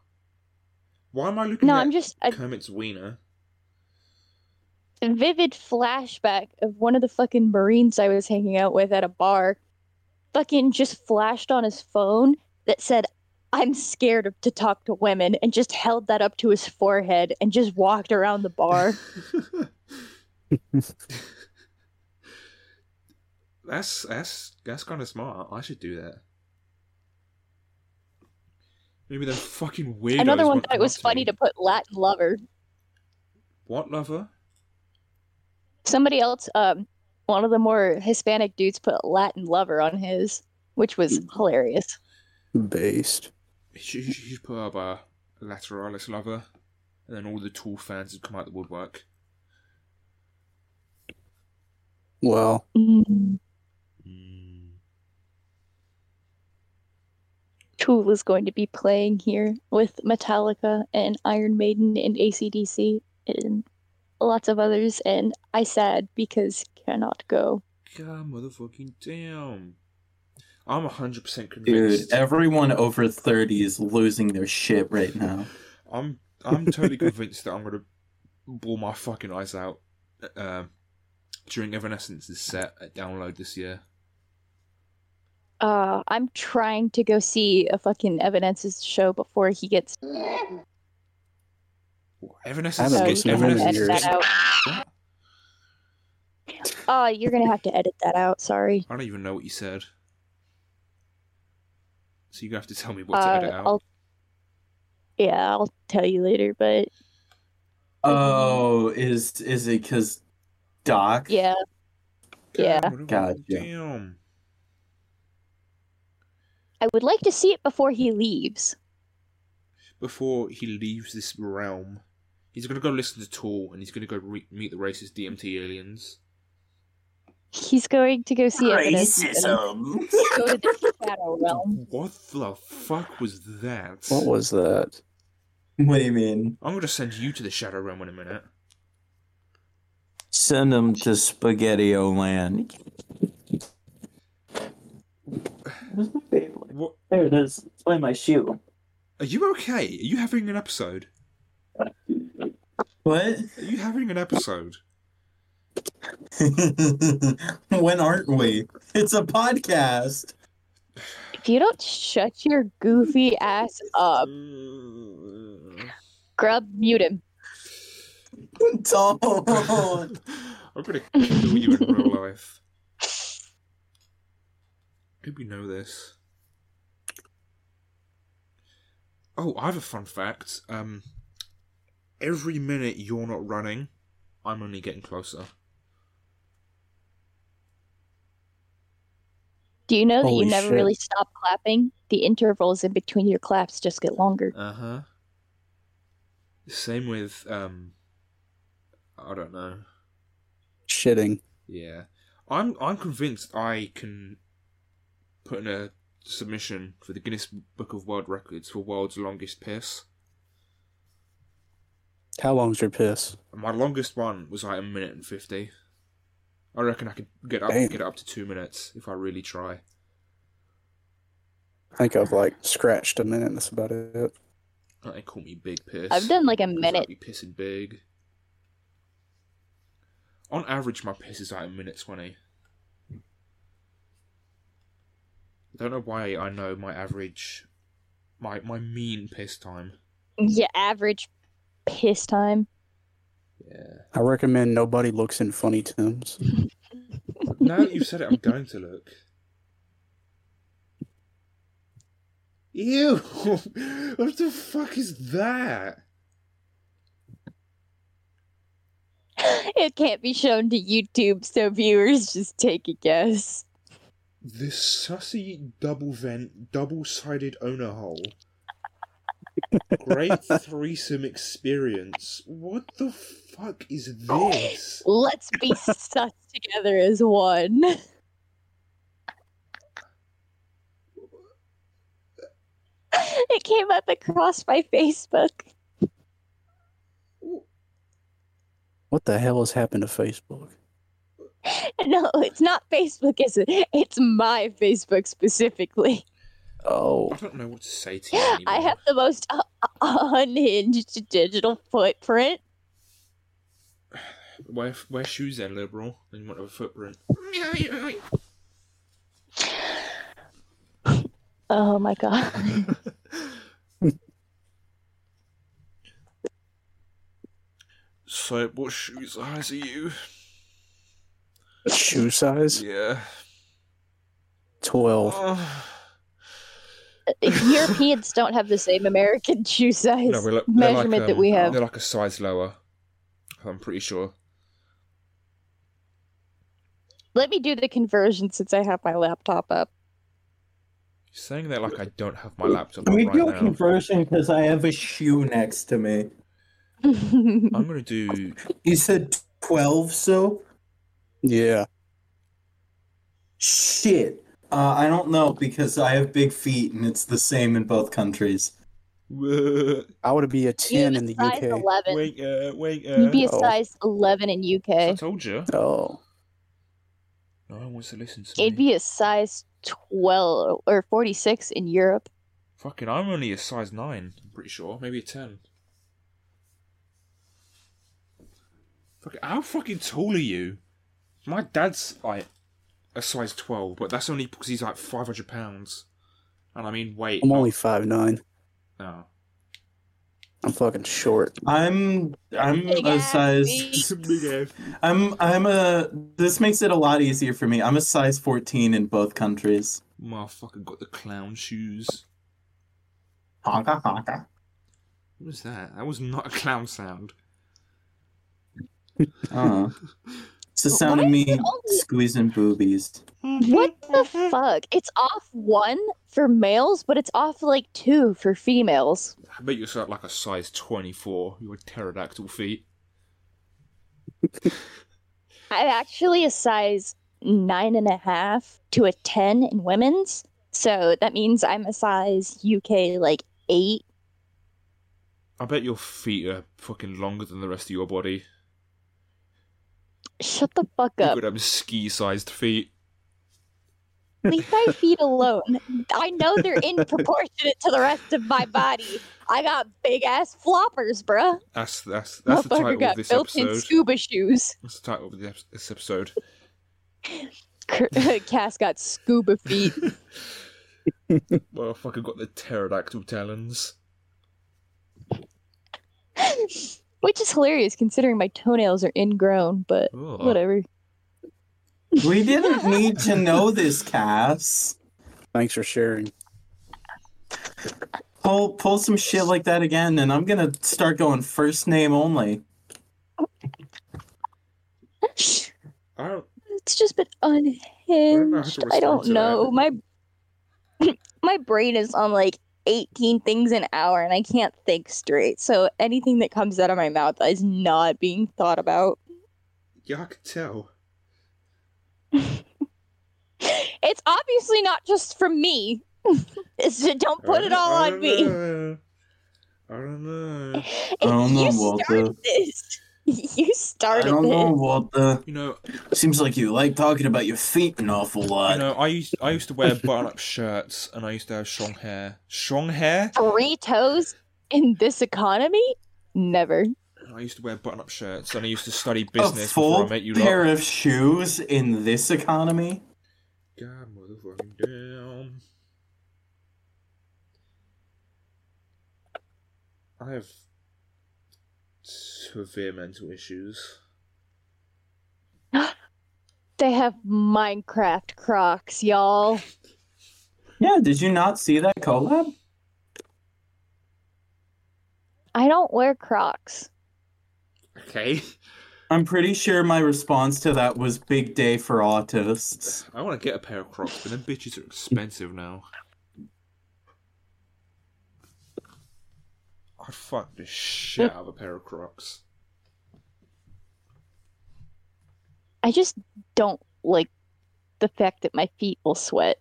Why am I looking No, at I'm just a Kermit's wiener? vivid flashback of one of the fucking Marines I was hanging out with at a bar. Fucking just flashed on his phone that said, I'm scared of- to talk to women, and just held that up to his forehead and just walked around the bar. that's that's that's kind of smart. I should do that. Maybe they're fucking weirdos. Another one won't thought it was talk funny me. to put Latin lover. What lover? Somebody else, um, one of the more Hispanic dudes put Latin lover on his, which was hilarious. Based. She, she- she's put up a lateralis lover, and then all the tool fans have come out the woodwork. Well, Mm, Mm. Tool is going to be playing here with Metallica and Iron Maiden and ACDC and lots of others, and I sad because cannot go. God, motherfucking damn! I'm hundred percent convinced. Dude, everyone over 30 is losing their shit right now. I'm I'm totally convinced that I'm gonna bore my fucking eyes out um, during Evanescence's set at Download this year. Uh, I'm trying to go see a fucking Evanescence's show before he gets Evanescence, I haven't gets, listened to them in edit Evanescence years. that out. What? Uh, you're gonna have to edit that out. Sorry. I don't even know what you said. So you have to tell me what to Uh, edit out. I'll- Yeah, I'll tell you later. But Oh, is is it because Doc? yeah, yeah. motherfucking God, yeah. Damn. I would like to see it before he leaves. before he leaves this realm, he's gonna go listen to Tool and he's gonna go re- meet the racist DMT aliens. He's going to go see Evanescence and go to the shadow realm. What the fuck was that? what was that? What do you mean? I'm gonna send you to the Shadow Realm in a minute. Send him to Spaghetti O Land. Where's my Beyblade? What? There it is. It's by my shoe. Are you okay? Are you having an episode? What? Are you having an episode? when aren't we? It's a podcast. If you don't shut your goofy ass up, Grub, mute him. Oh, Don't. I'm gonna kill you in real life. Did we know this? Oh, I have a fun fact. Um, every minute you're not running, I'm only getting closer. Do you know that Holy you never shit. really stop clapping? The intervals in between your claps just get longer. Uh huh. Same with um, I don't know. Shitting. Yeah, I'm I'm convinced I can put in a submission for the Guinness Book of World Records for world's longest piss. How long's your piss? My longest one was like a minute and fifty. I reckon I could get up Damn. get up to two minutes if I really try. I think I've like scratched a minute. That's about it. They call me Big Piss. I've done like a 'cause minute. I'd be pissing big. On average, my piss is like a minute twenty. I don't know why I know my average, my my mean piss time. Yeah, average piss time. Yeah. I recommend nobody looks in funny Tim's. Now that you've said it, I'm going to look. Ew! what the fuck is that? It can't be shown to YouTube, so viewers just take a guess. This sussy double vent, double sided owner hole. Great threesome experience. What the fuck is this? Let's be sussed together as one. it came up across my Facebook. What the hell has happened to Facebook? No, it's not Facebook, is it? It's my Facebook specifically. Oh, I don't know what to say to you. Anymore. I have the most uh, unhinged digital footprint. Wear, wear shoes then, liberal. Then you won't have a footprint. Oh my god. so, what shoe size are you? shoe size Yeah. twelve. Oh. Europeans don't have the same American shoe size No, we're like, they're like, measurement that we um, have. They're like a size lower. I'm pretty sure. Let me do the conversion since I have my laptop up. You're saying that like I don't have my laptop Let on me right do a now. conversion because I have a shoe next to me. I'm gonna do You said 12, so? Yeah, Shit. Uh, I don't know because I have big feet and it's the same in both countries. I would be a ten You'd in the size UK. 11. wait, uh, wait, uh. You'd be a Oh. size 11 in I UK. told you. Oh, No one wants to listen to It'd me. be a size 12 or 46 in Europe. Fucking, I'm only a size nine. I'm pretty sure, maybe a ten. Fucking, how fucking tall are you? My dad's like a size twelve, but that's only because he's like five hundred pounds. And I mean, wait, I'm only five nine. no. I'm fucking short. I'm I'm Big a ass size feet. I'm I'm a this makes it a lot easier for me. I'm a size 14 in both countries. Motherfucker got the clown shoes. Honka honka. What was that? That was not a clown sound. Uh, it's the sound of Why is me it only- squeezing boobies. What the fuck? It's off one for males, but it's off like two for females. I bet you're sort of like a size 24. Your pterodactyl feet. I'm actually a size nine and a half to a 10 in women's. So that means I'm a size UK like eight. I bet your feet are fucking longer than the rest of your body. Shut the fuck You up. could have ski sized feet. Leave my feet alone. I know they're disproportionate to the rest of my body. I got big ass floppers, bruh. That's that's that's the Motherfucker title of got this built-in episode. scuba shoes. That's the title of this- this episode. Cr- Cass got scuba feet. Well, I fucking got the pterodactyl talons. Which is hilarious considering my toenails are ingrown, but Oh. whatever. We didn't need to know this, Cass. Thanks for sharing. Pull pull some shit like that again, and I'm gonna start going first name only. It's I don't, just been unhinged. I respond don't to know. that. My my brain is on like 18 things an hour and I can't think straight. So anything that comes out of my mouth is not being thought about. yeah, I could tell. It's obviously not just from me. It's- don't put it all I on don't me. know. I don't know. don't know, you Walter. started this. You I started don't know, Walter. You know, Seems like you like talking about your feet an awful you lot. know. I used I used to wear button-up shirts, and I used to have strong hair. Strong hair. this. Three toes in this economy? Never. I used to wear button-up shirts, and I used to study A business before full I met you. pair lot. of shoes in this economy. God, motherfucking damn. I have severe mental issues. They have Minecraft Crocs, y'all. Yeah, did you not see that collab? I don't wear Crocs. Okay, I'm pretty sure my response to that was big day for autists. I want to get a pair of Crocs, but them bitches are expensive now. I'd fuck the shit out of a pair of Crocs. I just don't like the fact that my feet will sweat.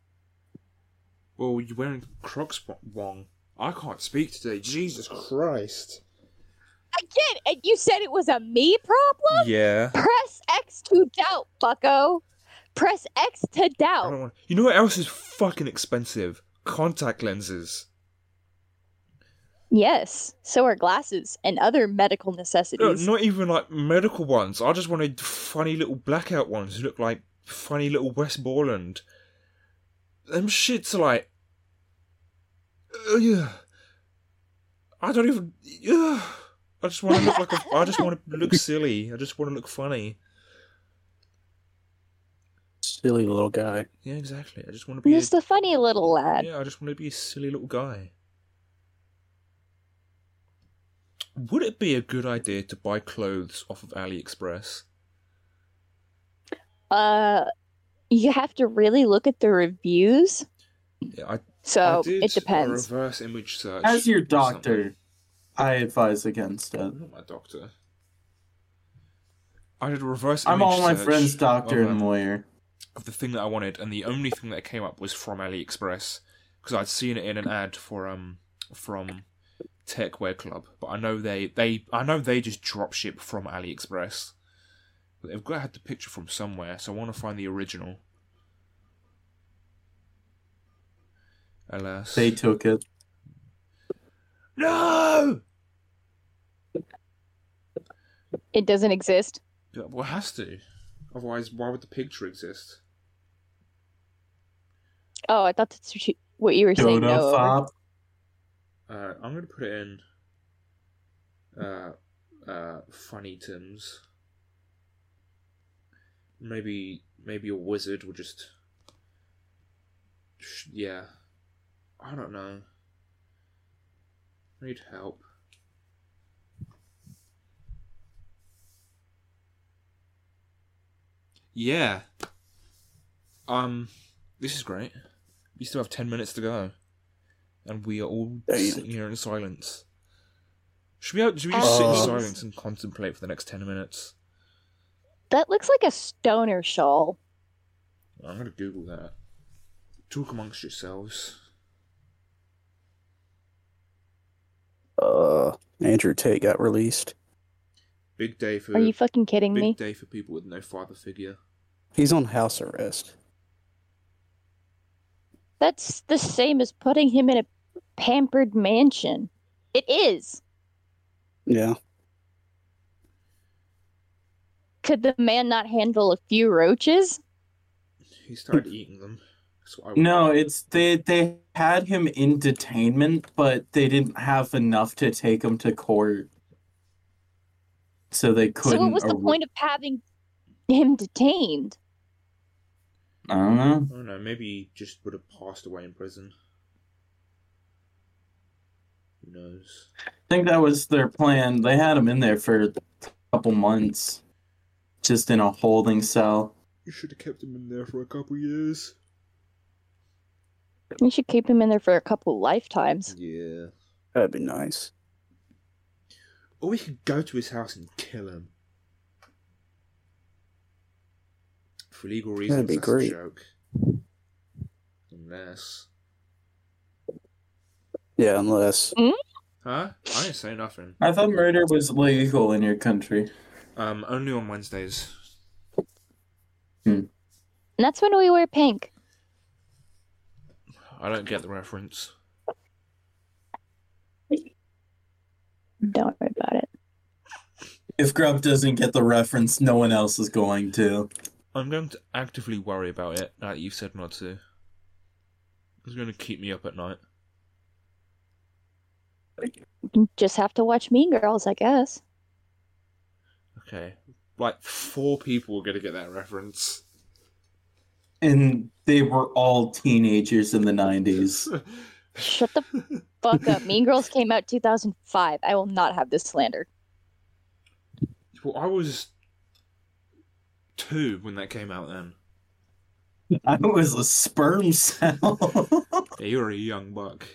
Well, you're wearing Crocs wo- wrong. I can't speak today. Jesus Christ. Again, and you said it was a me problem? Yeah. Press X to doubt, bucko. Press X to I doubt. don't want. You know what else is fucking expensive? Contact lenses. Yes, so are glasses and other medical No, necessities. not even like medical ones. I just wanted funny little blackout ones who look like funny little Westmoreland. Them shits are like. Uh, yeah. I don't even. Yeah. I just want to look like a. I just want to look silly. I just want to look funny. Silly little guy. Yeah, exactly. I just want to be. a- Just a funny little lad. Yeah, I just want to be a silly little guy. Would it be a good idea to buy clothes off of AliExpress? Uh, you have to really look at the reviews. Yeah, I, I So did it depends. A reverse image search. As your or doctor, I advise against it. something. I'm not my doctor. I did a reverse. I'm image all my search friend's doctor of, and um, lawyer. of the thing that I wanted, and the only thing that came up was from AliExpress because I'd seen it in an ad for um from Techwear Club, but I know they they I know they just drop ship from AliExpress. But they've got to have the picture from somewhere, so I want to find the original. Alas, They took it. no. It doesn't exist. Yeah, well, it has to. Otherwise, why would the picture exist? Oh, I thought that's what you, what you were saying. Dodo No, fop. Uh, I'm gonna put it in. Uh, uh, funny Tims. Maybe, maybe a wizard will just. Sh- Yeah, I don't know. I need help. Yeah. Um, this is great. We still have ten minutes to go, and we are all Damn. sitting here in silence. Should we? Should we just sit in Oh. silence and contemplate for the next ten minutes? that looks like a stoner shawl. I'm gonna Google that. Talk amongst yourselves. Uh, Andrew Tate got released. Big day for Are you fucking kidding big me? day for people with no father figure. He's on house arrest. That's the same as putting him in a pampered mansion. It is. Yeah. Could the man not handle a few roaches? He started eating them. That's what I would- No, it's they they had him in detainment, but they didn't have enough to take him to court. So they couldn't so what was the arre- point of having him detained? I don't know. I don't know. Maybe he just would have passed away in prison. Who knows? I think that was their plan. They had him in there for a couple months, just in a holding cell. You should have kept him in there for a couple years. We should keep him in there for a couple lifetimes. Yeah. That'd be nice. Or we could go to his house and kill him. For legal reasons, be that's a great. joke. Unless. Yeah, unless Huh? I didn't say nothing. I thought murder was legal in your country. Um, only on Wednesdays. And that's when we wear pink. I don't get the reference. Don't worry about it. If Grub doesn't get the reference, no one else is going to. I'm going to actively worry about it now that you've said not to. It's going to keep me up at night. You just have to watch Mean Girls, I guess. Okay. Like, four people are going to get that reference. And they were all teenagers in the 90s. Shut the fuck up. Mean Girls came out 2005. I will not have this slander. Well, I was two when that came out then. I was a sperm cell. Yeah, you were a young buck.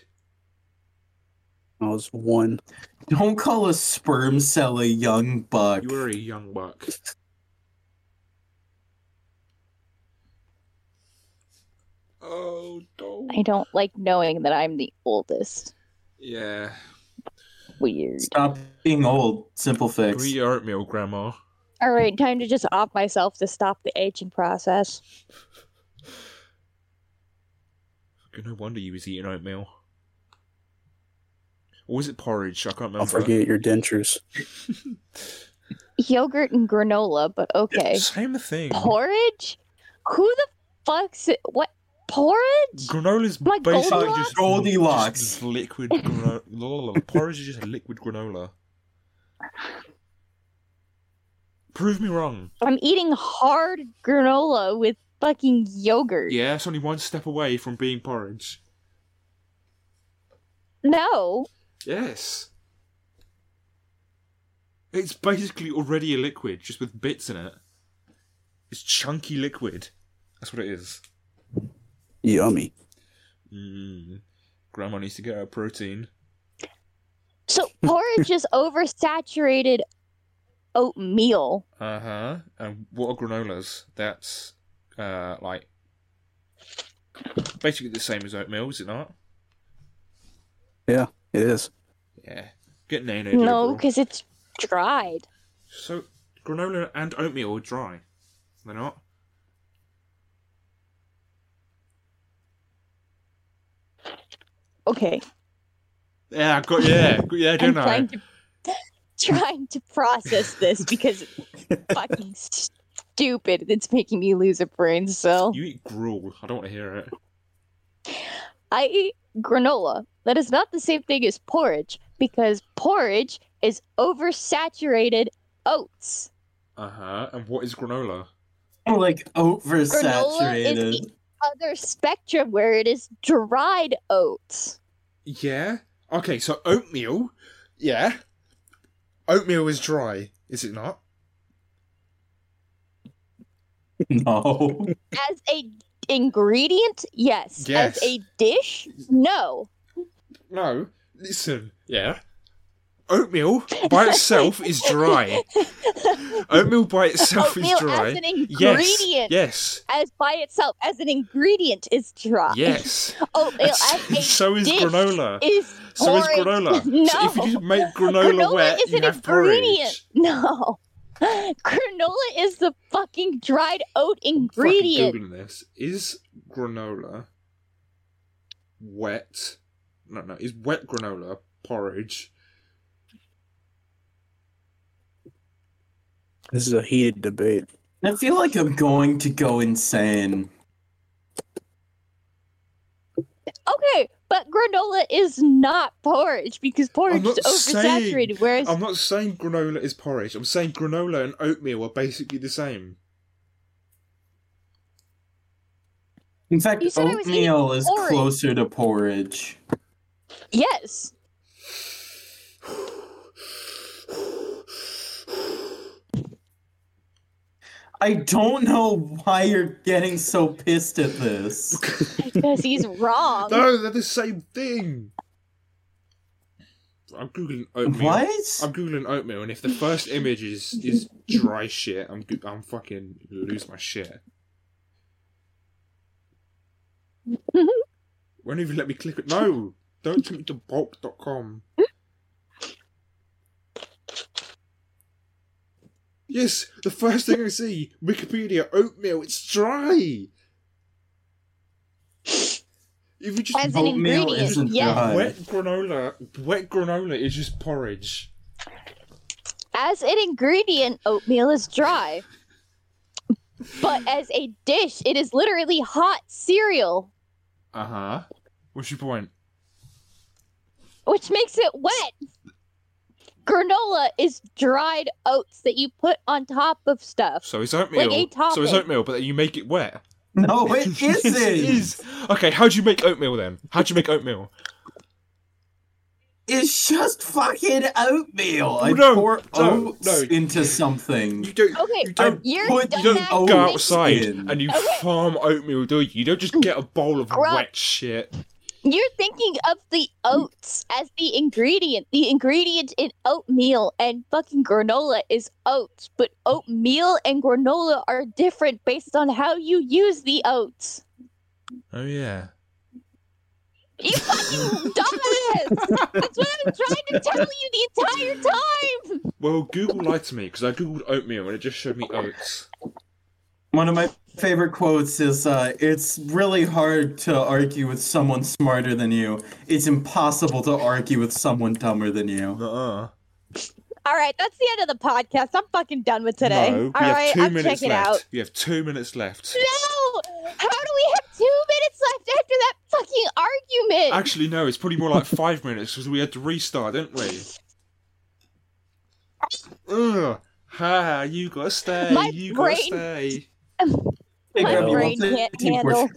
I was one. Don't call a sperm cell a young buck. You were a young buck. Oh, no. I don't like knowing that I'm the oldest. Yeah. Weird. Stop being old. Simple fix. Greet your oatmeal, Grandma. All right, time to just off myself to stop the aging process. No wonder you was eating oatmeal. Or was it porridge? I can't remember. I'll forget your dentures. Yogurt and granola, but okay. Same thing. Porridge? Who the fuck's it? What? Porridge? Granola's Like basically Goldilocks? just Goldilocks. just liquid granola. porridge is just liquid granola. Prove me wrong. I'm eating hard granola with fucking yogurt. Yeah, it's only one step away from being porridge. No. Yes. It's basically already a liquid, just with bits in it. It's chunky liquid. That's what it is. Yummy. Mm. Grandma needs to get her protein. So porridge is oversaturated oatmeal. Uh huh. And what are granolas? That's uh like basically the same as oatmeal, is it not? It is. Yeah. Get nano. No, liberal. because it's dried. So granola and oatmeal are dry. They're not. Okay. Yeah, I got yeah, yeah, I'm don't I? trying to trying to process this because it's fucking stupid. It's making me lose a brain cell. You eat gruel. I don't want to hear it. I eat granola. That is not the same thing as porridge because porridge is oversaturated oats. Uh huh. And what is granola? like Granola oversaturated. is Other spectrum where it is dried oats. Yeah. Okay, so oatmeal. Yeah. Oatmeal is dry, is it not? No. As a ingredient, yes. Yes. As a dish, no. No. Listen. Yeah. Oatmeal by itself is dry. Oatmeal by itself Oatmeal is dry. as an yes. ingredient Yes. as by itself as an ingredient is dry. Oh, Yes. Oatmeal as a so is dish granola. is So is porridge. granola. No. So if you just make granola, granola wet, is you an have ingredient. porridge. No. Granola is the fucking dried oat Fucking ingredient. Googling this. Is granola wet. No, no, it's wet granola porridge. This is a heated debate. I feel like I'm going to go insane. Okay, but granola is not porridge because porridge not is oversaturated. Whereas I'm not saying granola is porridge. I'm saying granola and oatmeal are basically the same. In fact, You said I was eating oatmeal is porridge. closer to porridge. yes, I don't know why you're getting so pissed at this. because he's wrong. No, they're the same thing. I'm googling oatmeal. What? I'm googling oatmeal, and if the first image is is dry shit, I'm go- I'm fucking lose my shit. Won't even let me click it. No, don't take me to bulk.com. Yes, the first thing I see, Wikipedia oatmeal. It's dry. If you just As an Oatmeal ingredient, isn't yes. dry. wet granola, wet granola is just porridge. As an ingredient, oatmeal is dry. But as a dish, it is literally hot cereal, Uh huh. What's your point? which makes it wet. Granola is dried oats that you put on top of stuff. So it's oatmeal. Like a so it's topping. oatmeal, but then you make it wet. No, it Yes, isn't. it is. Okay, how do you make oatmeal then? How do you make oatmeal? It's just fucking oatmeal. I No, pour no, oats no. into something. You don't. Okay, you don't you're put- dumbass you you don't Oat go bitch. outside in. and you Okay. farm oatmeal, do you? You don't just get a bowl of Grub. wet shit. You're thinking of the oats as the ingredient. The ingredient in oatmeal and fucking granola is oats, but oatmeal and granola are different based on how you use the oats. Oh yeah. You fucking dumbass! That's what I'm trying to tell you the entire time! Well, Google lied to me because I googled oatmeal and it just showed me oats. One of my favorite quotes is uh, It's really hard to argue with someone smarter than you. It's impossible to argue with someone dumber than you. Uh-uh. Alright, that's the end of the podcast. I'm fucking done with today. No, we have Alright, 2 I'm minutes checking left. out. We have two minutes left. No! How do we have two minutes left after that fucking argument? Actually, no. It's probably more like five minutes because we had to restart, didn't we? Ugh. Ha! You gotta stay. My you brain- gotta stay. My Grab Well- you brain one can't thing, we're- handle.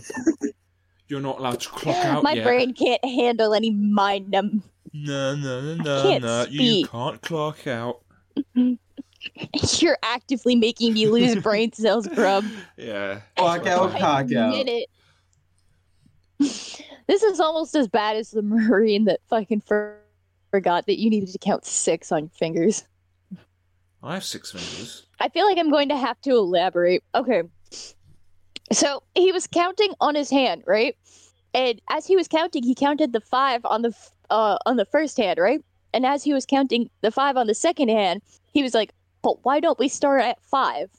You're not allowed to clock out My yet. brain can't handle any mind num. No, no, no, I no, can't no. You speak. can't clock out. You're actively making me lose brain cells, grub. Yeah. Clock out, cock out. Minute. This is almost as bad as the marine that fucking for- forgot that you needed to count six on your fingers. I have six fingers. I feel like I'm going to have to elaborate. Okay. So he was counting on his hand, right? And as he was counting, he counted the five on the f- uh, on the first hand, right? And as he was counting the five on the second hand, he was like, "But why don't we start at five?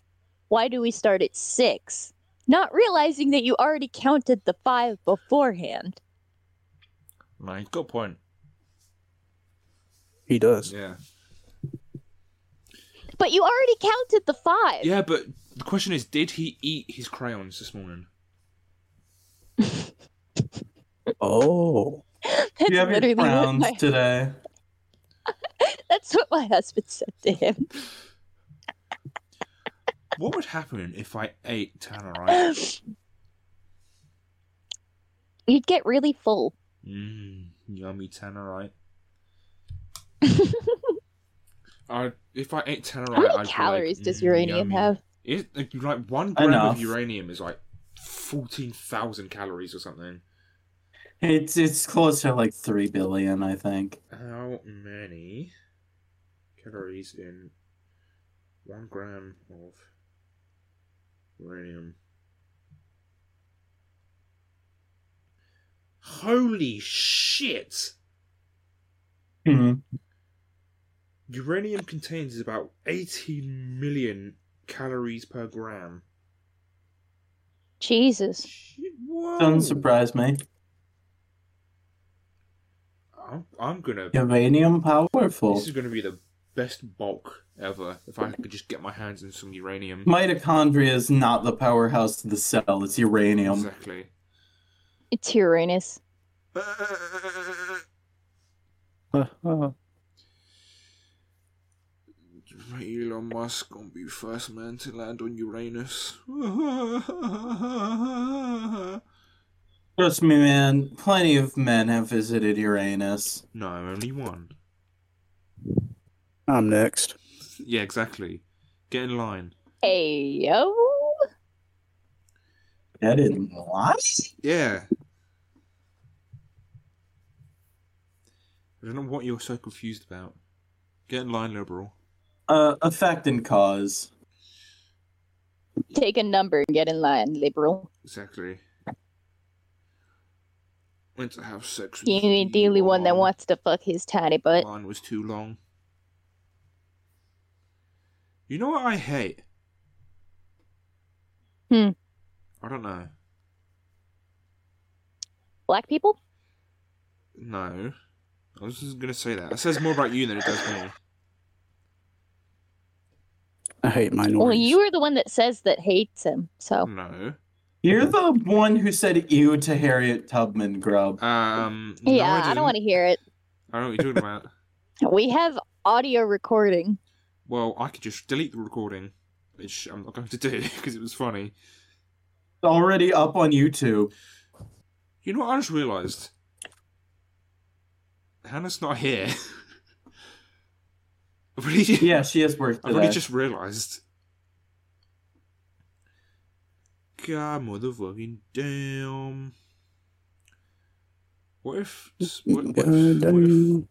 Why do we start at six? Not realizing that you already counted the five beforehand. No, you've got a point. He does. Yeah. But you already counted the five. Yeah, but the question is, did he eat his crayons this morning? Oh, That's You have literally your what crowns my, today. that's what my husband said to him. What would happen if I ate Tannerite? You'd get really full. Mmm, yummy Tannerite. I, if I ate Tannerite, How many I'd be calories like, does "Mm, uranium yummy." have? It, like, like one gram Enough. of uranium is like fourteen thousand calories or something. It's it's close to like three billion, I think. How many calories in one gram of uranium? Holy shit! Uranium contains about 18 million calories per gram. Jesus. Shit, whoa! Doesn't surprise me. I'm, I'm gonna. Uranium powerful. This is gonna be the best bulk ever if I could just get my hands on some uranium. Mitochondria is not the powerhouse of the cell, it's uranium. Exactly. It's Uranus. Elon Musk gonna be first man to land on Uranus. Trust me, man, plenty of men have visited Uranus. no, only one. I'm next. Yeah, exactly. Get in line. Hey yo. That didn't lie. Yeah. I don't know what you're so confused about. Get in line, liberal. Uh, effect and cause. Take a number and get in line, liberal. Exactly. Went to have sex with You ain't the only one that Elon. wants to fuck his tiny butt. Mine was too long. You know what I hate? Hmm. I don't know. Black people? No. I was just gonna say that. It says more about you than it does me. I hate minorities. Well, you are the one that says that hates him. So No. You're the one who said ew to Harriet Tubman, Grub. Um. no, yeah, I, don't want to didn't. hear it. I don't know what you're talking about. We have audio recording. Well, I could just delete the recording, which I'm not going to do because it was funny. Already up on YouTube. You know what I just realised? Hannah's not here. I've really, Yeah, she has work I've really today. just realised. God, motherfucking damn. What if? What, what, if, what, if, Goddamn.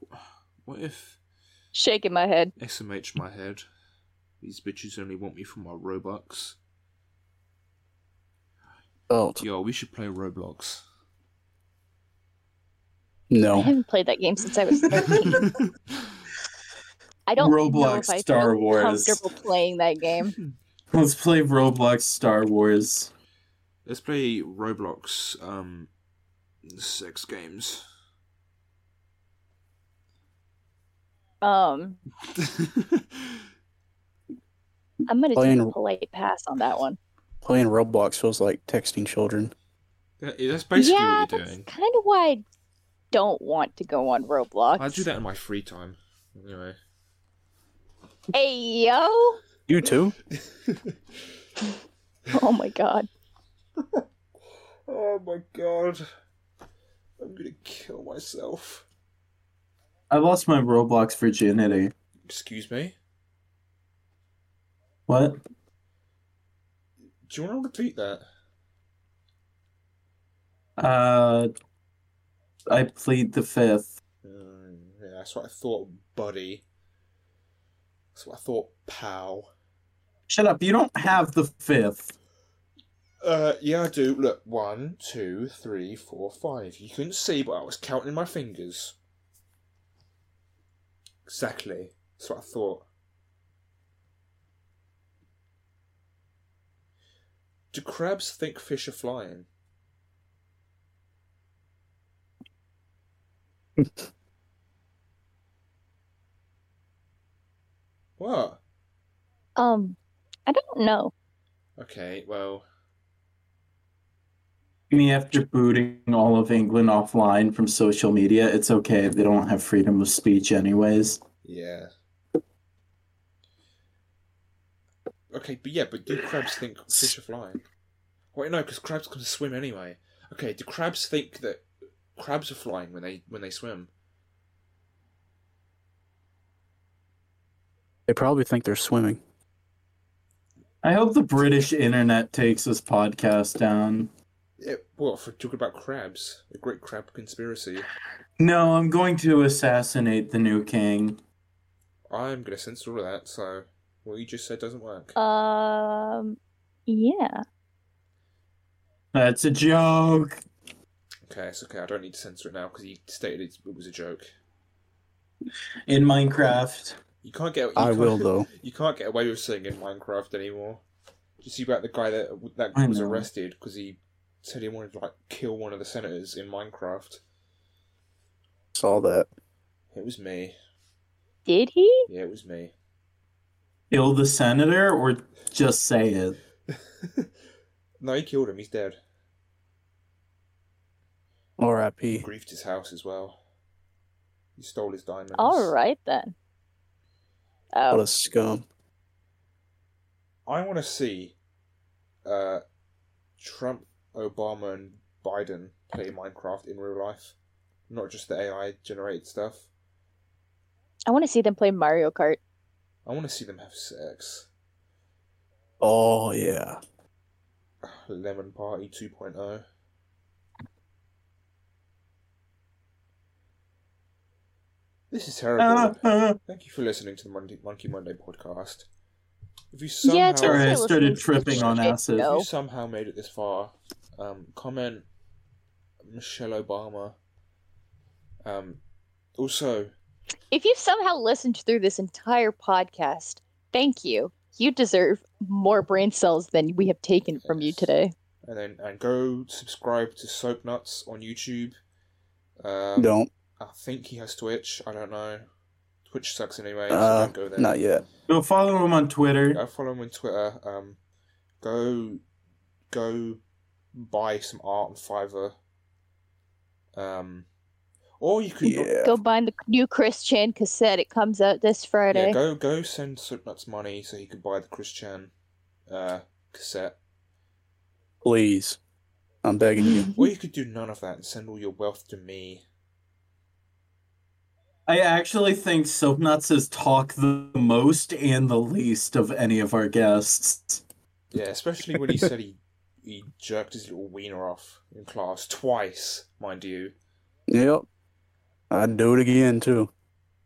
what if Shaking my head. SMH my head? These bitches only want me for my Robux. Belt. Yo, we should play Roblox. I No. haven't played that game since I was 13. I don't know Roblox if I Star feel Wars. comfortable playing that game. Let's play Roblox Star Wars. Let's play Roblox um sex games. Um, I'm gonna Playing- take a polite pass on that one. Playing Roblox feels like texting children. That- that's basically yeah, what you're that's doing. kind of why I don't want to go on Roblox. I do that in my free time. Anyway. Hey yo! You too? Oh my god. Oh my god. I'm gonna kill myself. I lost my Roblox virginity. Excuse me? What? Do you want to repeat that? Uh, I plead the fifth. Mm, yeah, that's what I thought, buddy. That's what I thought, pal. Shut up! You don't have the fifth. Uh, yeah, I do. Look, one, two, three, four, five. You couldn't see, but I was counting my fingers. Exactly. That's what I thought. Do crabs think fish are flying? what? Um, I don't know. Okay, well. Me after booting all of England offline from social media, it's okay. They don't have freedom of speech, anyways. Yeah. Okay, but yeah, but do crabs think fish are flying? Wait, no, because crabs can swim anyway. Okay, do crabs think that crabs are flying when they when they swim? They probably think they're swimming. I hope the British internet takes this podcast down. Yeah, what for talking about crabs? The Great Crab Conspiracy. No, I'm going to assassinate the new king. I'm gonna censor all that, so what you just said doesn't work. Um, yeah. That's a joke. Okay, it's okay. I don't need to censor it now because he stated it, it was a joke. In Minecraft. You can't get. You I can't- will, though. You can't get away with saying in Minecraft anymore. You see about the guy that that I was know. arrested because he said he wanted to like kill one of the senators in Minecraft. saw that. It was me. Did he? Yeah, it was me. Kill the senator or just say it? No, he killed him. He's dead. R.I.P. Griefed his house as well. He stole his diamonds. All right then. What Oh, a scum. I want to see uh, Trump, Obama, and Biden play Minecraft in real life, not just the AI generated stuff. I want to see them play Mario Kart. I want to see them have sex. Oh yeah. Lemon Party oh. 2.0. This is terrible. Uh, Thank you for listening to the Monday, Monkey Monday podcast. If you somehow, Yeah, it's Sorry, alright. I Listen started to tripping on shit, acid. if no. you somehow made it this far, um, comment Michelle Obama. Um, also, If you've somehow listened through this entire podcast, thank you. You deserve more brain cells than we have taken from you Yes. today. and then and go subscribe to Soap Nuts on YouTube. Um, don't. I think he has Twitch. I don't know. Twitch sucks anyway. So Uh, don't go there. Not yet. Go follow him on Twitter. I follow him on Twitter. Um, go, go, buy some art on Fiverr. Um, or you could Yeah. Go buy the new Chris Chan cassette. It comes out this Friday. yeah go go send Soapnuts money so he could buy the Christian uh, cassette. Please. I'm begging you. Or you could do none of that and send all your wealth to me. I actually think Soapnuts has talked the most and the least of any of our guests. Yeah, especially when he said he he jerked his little wiener off in class twice, mind you. Yep. I'd do it again too.